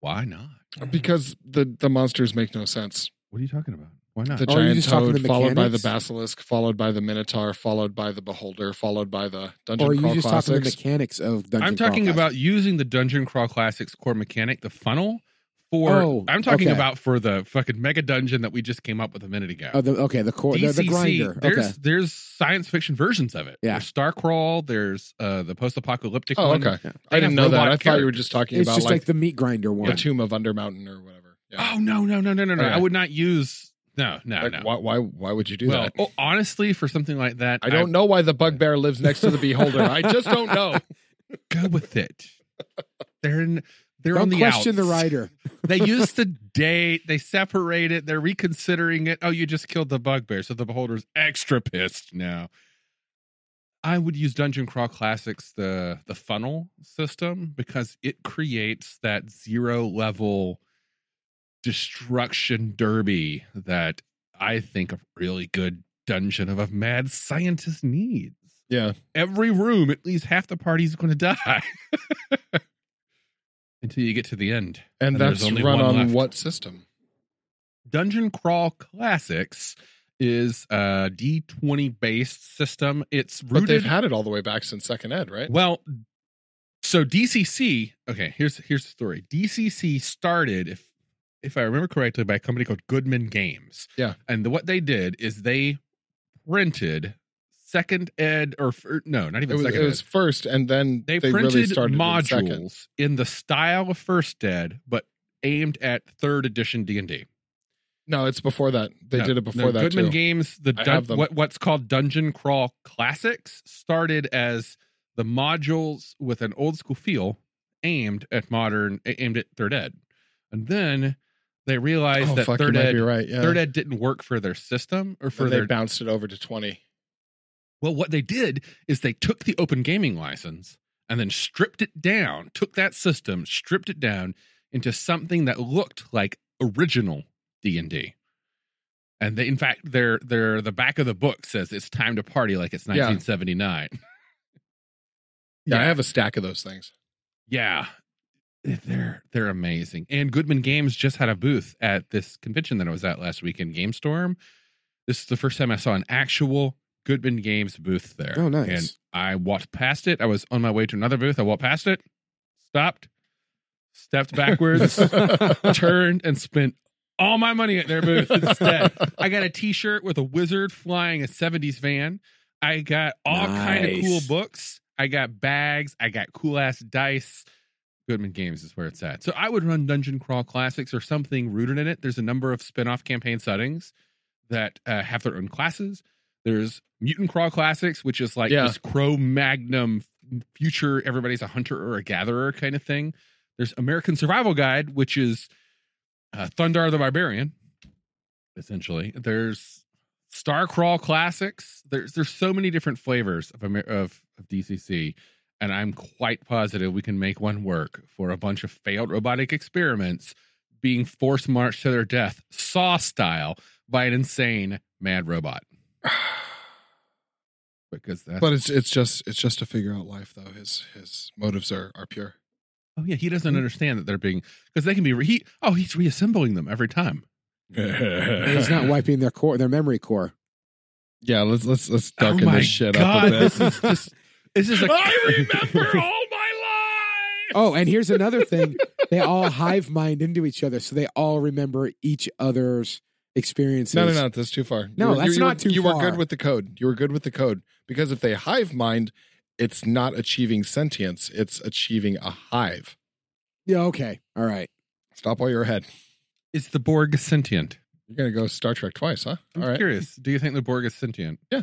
Why not?
because the the monsters make no sense.
What are you talking about? Why not?
The
Oh, you're
giant
just talking
toad,
the
followed by the
mechanics?
basilisk, followed by the minotaur, followed by the beholder, followed by the dungeon
or are Oh, you
crawl
just
classics.
talking the mechanics of Dungeon
I'm talking
Crawl
about using the dungeon crawl classics core mechanic, the funnel. For
Oh,
I'm talking
okay.
about for the fucking mega dungeon that we just came up with a minute ago.
Classic? Oh, the, okay, the core, the, the
DCC,
grinder.
There's
Okay.
there's science fiction versions of it.
Yeah.
There's Starcrawl. There's uh, the post apocalyptic.
Oh,
one.
okay.
Yeah.
I didn't
They
know
have
that.
robot
I thought you were just talking
It's
about
just
like,
like the meat grinder
the,
one.
tomb of Under Mountain or whatever. Yeah.
Oh no no no no no no!
Okay.
I would not use No, no,
Like,
no.
why, why? Why would you do
well,
that?
oh, honestly, for something like that,
I don't know why the bugbear lives next to the beholder. I just don't know.
go with it. They're in, they're on the
Don't question the
outs.
writer.
they used to date. They separate it. They're reconsidering it. Oh, you just killed the bugbear, so the beholder's extra pissed now. I would use Dungeon Crawl Classics the the funnel system because it creates that zero level destruction derby that I think a really good dungeon of a mad scientist needs.
Yeah.
Every room, at least half the party's going to die until you get to the end.
And,
And there's
that's
only
run
one
on
left.
what system?
Dungeon Crawl Classics is a D20 based system. It's rooted.
But they've had it all the way back since second ed, right?
well, so DCC. Okay, here's here's the story. DCC started, if if I remember correctly, by a company called Goodman Games.
Yeah.
and the, what they did is they printed second ed or fir- no, not
It
even
was,
second
it was
ed.
first, and then
They,
really
printed
started in second.
modules in, the style of first ed, but aimed at third edition D and D.
No, it's before that. They
No,
did it
no,
before that
Goodman
too.
Games, the
I
dun-
have them.
what what's called Dungeon Crawl Classics started as the modules with an old school feel aimed at modern a- aimed at third ed. And then they realized
oh,
that
fuck, you
third
might
ed
be right. Yeah.
third ed didn't work for their system or for
And they
their
bounced it over to twenty.
well, what they did is they took the open gaming license and then stripped it down, took that system, stripped it down into something that looked like original D&D. And they, in fact, their their the back of the book says it's time to party like it's
Yeah.
1979.
Yeah, I
Yeah.
have a stack of those things.
Yeah. They're they're amazing. And Goodman Games just had a booth at this convention that I was at last week in GameStorm. This is the first time I saw an actual Goodman Games booth there.
Oh, nice.
And I walked past it. I was on my way to another booth. I walked past it, stopped, stepped backwards, turned, and spent all my money at their booth instead. I got a T-shirt with a wizard flying a '70s van. I got all kind of cool
Nice.
books. I got bags. I got cool ass dice. Goodman Games is where it's at. So I would run Dungeon Crawl Classics or something rooted in it. There's a number of spin-off campaign settings that uh, have their own classes. There's Mutant Crawl Classics, which is like
Yeah.
this Crow Magnum future everybody's a hunter or a gatherer kind of thing. There's American Survival Guide, which is uh, Thundar the Barbarian, essentially. There's Star Crawl Classics. There's there's so many different flavors of Amer- of, of DCC, and I'm quite positive we can make one work for a bunch of failed robotic experiments being force marched to their death, Saw style, by an insane mad robot. Because that's
But it's it's just it's just to figure out life though. His his motives are are pure.
Oh yeah, he doesn't understand that they're being because they can be re- he. Oh, he's reassembling them every time.
He's not wiping their core, their memory core.
Yeah, let's let's let's darken
oh my
this shit
God,
up a bit.
This is just this is a
I remember
all my
Oh, and here's another thing: they all hive mind into each other, so they all remember each other's experiences.
No, no, no, that's too far. You
No,
were-
that's
you, you
not
were,
too
You were
far.
good with the code. You were good with the code because if they hive mind, it's not achieving sentience. It's achieving a hive.
Yeah, okay, all right.
Stop while you're ahead.
Is the Borg sentient?
You're gonna go Star Trek twice, huh?
I'm
All right.
curious. Do you think the Borg is sentient?
Yeah.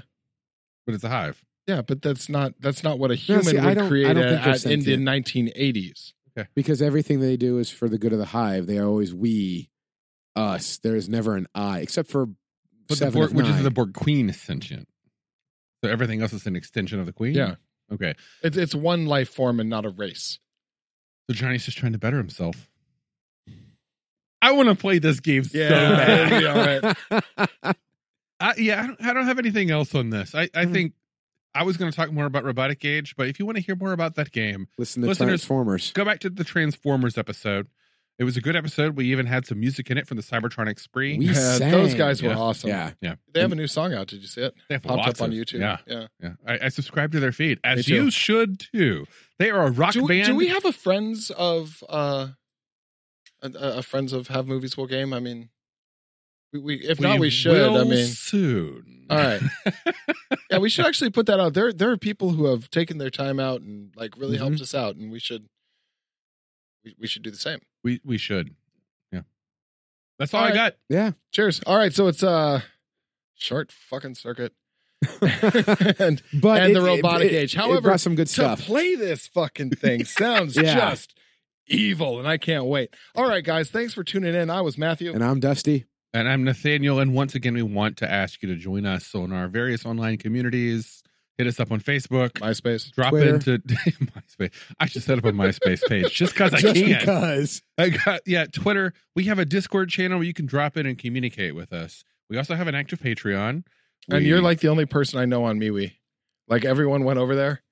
but it's a hive.
Yeah, but that's not that's not what a human
see, I
would
don't- I
create
don't think
at,
they're
at- in the 1980s.
Because everything they do is for the good of the hive. They are always we, us. There is never an I, except for
But the
seven
Borg,
of
which is
nine.
the Borg Queen is sentient. So everything else is an extension of the Queen.
Yeah,
Okay.
it's it's one life form and not a race.
So Johnny's just trying to better himself. I want to play this game so
Yeah.
bad.
it'd be all right.
I, yeah, I don't, I don't have anything else on this. I, I
Mm-hmm.
Mm.
think I was going to talk more about Robotic Age, but if you want to hear more about that game,
Listen to
Listeners-
Transformers.
go back to the Transformers episode. It was a good episode. We even had some music in it from the Cybertronic Spree.
We
Yeah,
sang.
those guys were
Yeah.
awesome.
Yeah.
They have a new song out. Did you see it?
They have
Popped
lots
up on
of-
YouTube.
Yeah,
yeah.
yeah. I, I subscribe to their feed, as
too.
you should too. They are a rock
Do, we-
band.
do we have a friends of uh a, a friends of have movies will game? I mean, we, we if not we should. I
will
mean,
soon.
All right. yeah, we should actually put that out. There there are people who have taken their time out and like really helped
Mm-hmm.
us out, and we should we, we should do the same.
we we should. Yeah. That's all,
All
I
right.
got.
Yeah.
Cheers. All right, so it's uh short fucking circuit. and
But
And
it-
the
it-
robotic
it-
age.
it
However,
brought some good
to
stuff.
play this fucking thing sounds
Yeah.
just evil, and I can't wait. All right, guys, thanks for tuning in. I was Matthew.
and I'm Dusty.
And I'm Nathaniel. And once again, we want to ask you to join us on our various online communities. Hit us up on Facebook.
MySpace.
Drop
Twitter.
into MySpace. I should set up a MySpace page just because I
Just
can.
because.
I got yeah, Twitter. We have a Discord channel where you can drop in and communicate with us. We also have an active Patreon.
And
We-
you're like the only person I know on MeWe. Like everyone went over there,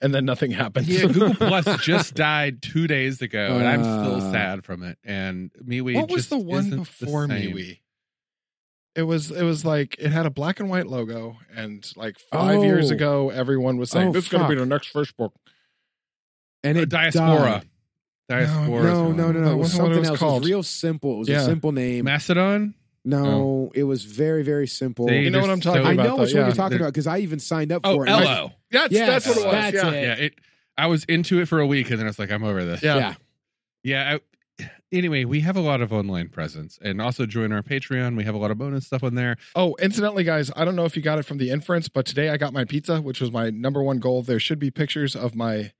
and then nothing happened.
yeah, Google Plus just died two days ago, and I'm still
Uh.
sad from it. And MeWe.
what was
just
the one
isn't the
before
same. Uh,
MeWe? It was it was like it had a black and white logo, and like five years
Oh.
ago, everyone was saying
Oh,
this is going to be
fuck.
the next Facebook.
And
Uh,
it
diaspora.
died.
Diaspora. is
No,
one.
no, no, no.
That
It
wasn't
was
what it
something
was
else. It
called.
was real simple. It was
Yeah.
a simple name.
Mastodon.
no,
No.
it was very, very simple.
They-
You know what
they're
I'm talking
so-
I
about
know
that,
which one
yeah.
you're talking
They're-
about because I even signed up
Oh,
for it. and I-
Ello.
That's
Yes,
that's what it was.
that's
yeah.
it.
Yeah, it. I was into it for a week, and then I was like, I'm over this.
Yeah.
Yeah.
yeah.
I, anyway, we have a lot of online presence, and also join our Patreon. We have a lot of bonus stuff on there.
Oh, incidentally, guys, I don't know if you got it from the inference, but today I got my pizza, which was my number one goal. There should be pictures of my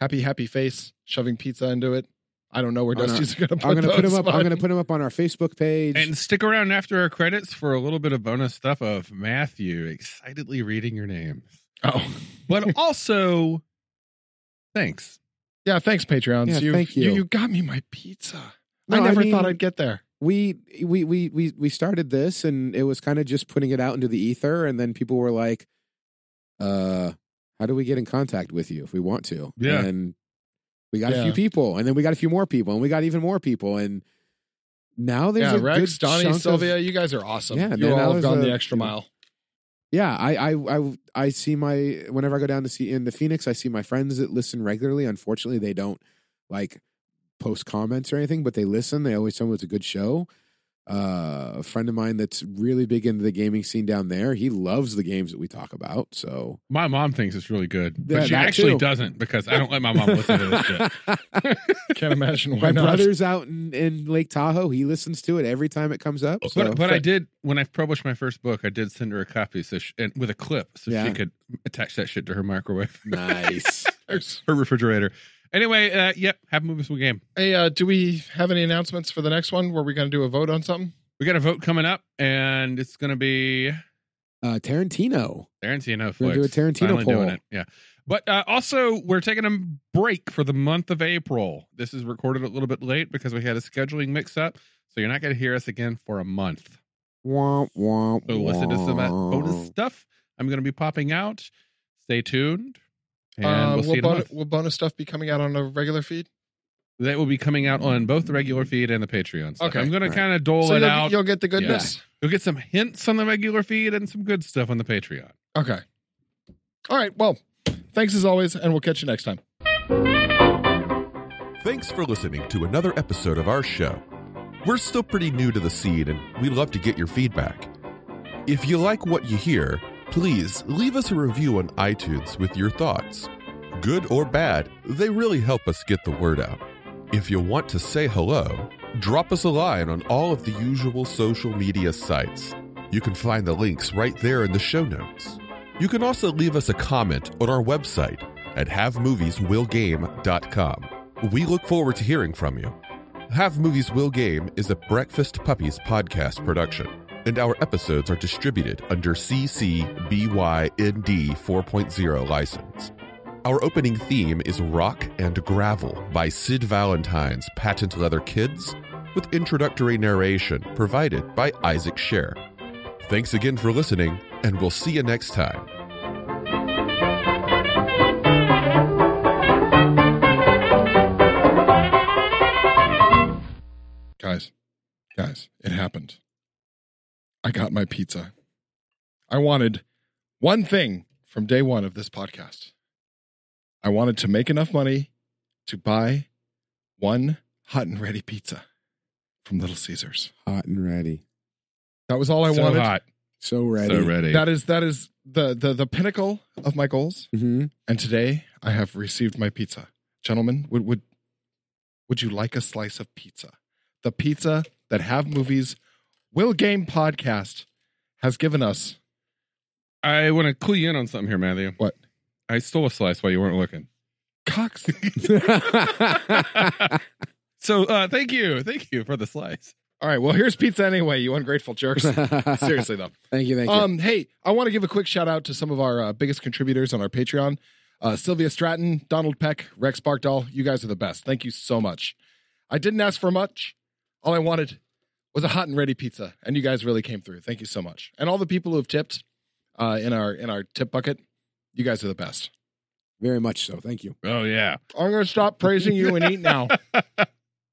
happy, happy face shoving pizza into it. I don't know where
I'm
Dusty's going to put
I'm gonna put
those,
them up.
but-
I'm gonna put them up on our Facebook page.
And stick around after our credits for a little bit of bonus stuff of Matthew excitedly reading your names.
Oh,
But also, thanks.
yeah. Thanks, Patreons.
Yeah,
You've-
thank
you.
you.
You got me my pizza.
No,
I never
mean,
thought I'd get there.
we we we we we started this, and it was kind of just putting it out into the ether, and then people were like, "Uh, how do we get in contact with you if we want to?"
Yeah.
and we got a
Yeah.
few people, and then we got a few more people, and we got even more people, and now there's
yeah,
a
Rex,
good
Donnie,
chunk of-
Sylvia, you guys are awesome.
Yeah,
you
man,
all
I
have
was
gone
a-
the extra mile.
Yeah, I, I I I see my whenever I go down to see into Phoenix, I see my friends that listen regularly. Unfortunately, they don't like post comments or anything, but they listen. They always tell me it's a good show. Uh, a friend of mine that's really big into the gaming scene down there, he loves the games that we talk about. So
My mom thinks it's really good, but
Yeah,
she
that
actually
too.
doesn't because I don't let my mom listen to this shit.
Can't imagine why
my
not.
brother's out in, in Lake Tahoe. He listens to it every time it comes up. So
But, but I did when I published my first book, I did send her a copy so she, and with a clip so
Yeah.
she could attach that shit to her microwave,
nice.
her refrigerator. Anyway, uh, yep, have movies with game.
Hey, uh, do we have any announcements for the next one? Were we going to do a vote on something?
We got a vote coming up, and it's gonna be
Uh, Tarantino.
Tarantino
We're
flicks.
gonna do a Tarantino
Finally doing
poll.
it. Yeah. But uh, also, we're taking a break for the month of April. This is recorded a little bit late because we had a scheduling mix up. So you're not going to hear us again for a month.
Womp womp.
So Oh, listen to some uh, of that bonus
womp.
stuff I'm going to be popping out. Stay tuned. And
uh,
we'll, see
will,
you in a
bonus,
month.
will bonus stuff be coming out on a regular feed?
That will be coming out on both the regular feed and the Patreon. Stuff.
Okay.
I'm going
Right.
to kind of dole
so
it
you'll,
out. You'll,
you'll get the goodness.
get some hints on the regular feed and some good stuff on the Patreon.
Okay. All right. Well, thanks as always, and we'll catch you next time.
Thanks for listening to another episode of our show. We're still pretty new to the scene and we love to get your feedback. If you like what you hear, please leave us a review on iTunes with your thoughts. Good or bad, they really help us get the word out. If you want to say hello, drop us a line on all of the usual social media sites. You can find the links right there in the show notes. You can also leave us a comment on our website at havemovieswillgame.com. We look forward to hearing from you. Have Movies Will Game is a Breakfast Puppies podcast production, and our episodes are distributed under CC BYND 4.0 license. Our opening theme is Rock and Gravel by Sid Valentine's Patent Leather Kids, with introductory narration provided by Isaac Scher. Thanks again for listening, and we'll see you next time.
Guys, guys, it happened. I got my pizza. I wanted one thing from day one of this podcast. I wanted to make enough money to buy one hot and ready pizza from Little Caesars.
Hot and ready.
That was all Oh, I
so
wanted.
hot.
So ready.
So ready.
That is that is the, the the pinnacle of my goals.
hmm
And today I have received my pizza. Gentlemen, would would would you like a slice of pizza? The pizza that have movies will game podcast has given us.
I want to clue you in on something here, Matthew.
What?
I stole a slice while you weren't looking.
Cox,
so uh, thank you, thank you for the slice.
all right. Well, here's pizza anyway. You ungrateful jerks. Seriously though.
Thank you. Thank you.
Um, hey, I want to give a quick shout out to some of our uh, biggest contributors on our Patreon uh, Sylvia Stratton, Donald Peck, Rex Barkdahl. You guys are the best. Thank you so much. I didn't ask for much. All I wanted was a hot and ready pizza, and you guys really came through. Thank you so much. And all the people who have tipped uh, in our in our tip bucket, you guys are the best.
Very much so. Thank you.
Oh yeah,
I'm gonna stop praising you and eat now.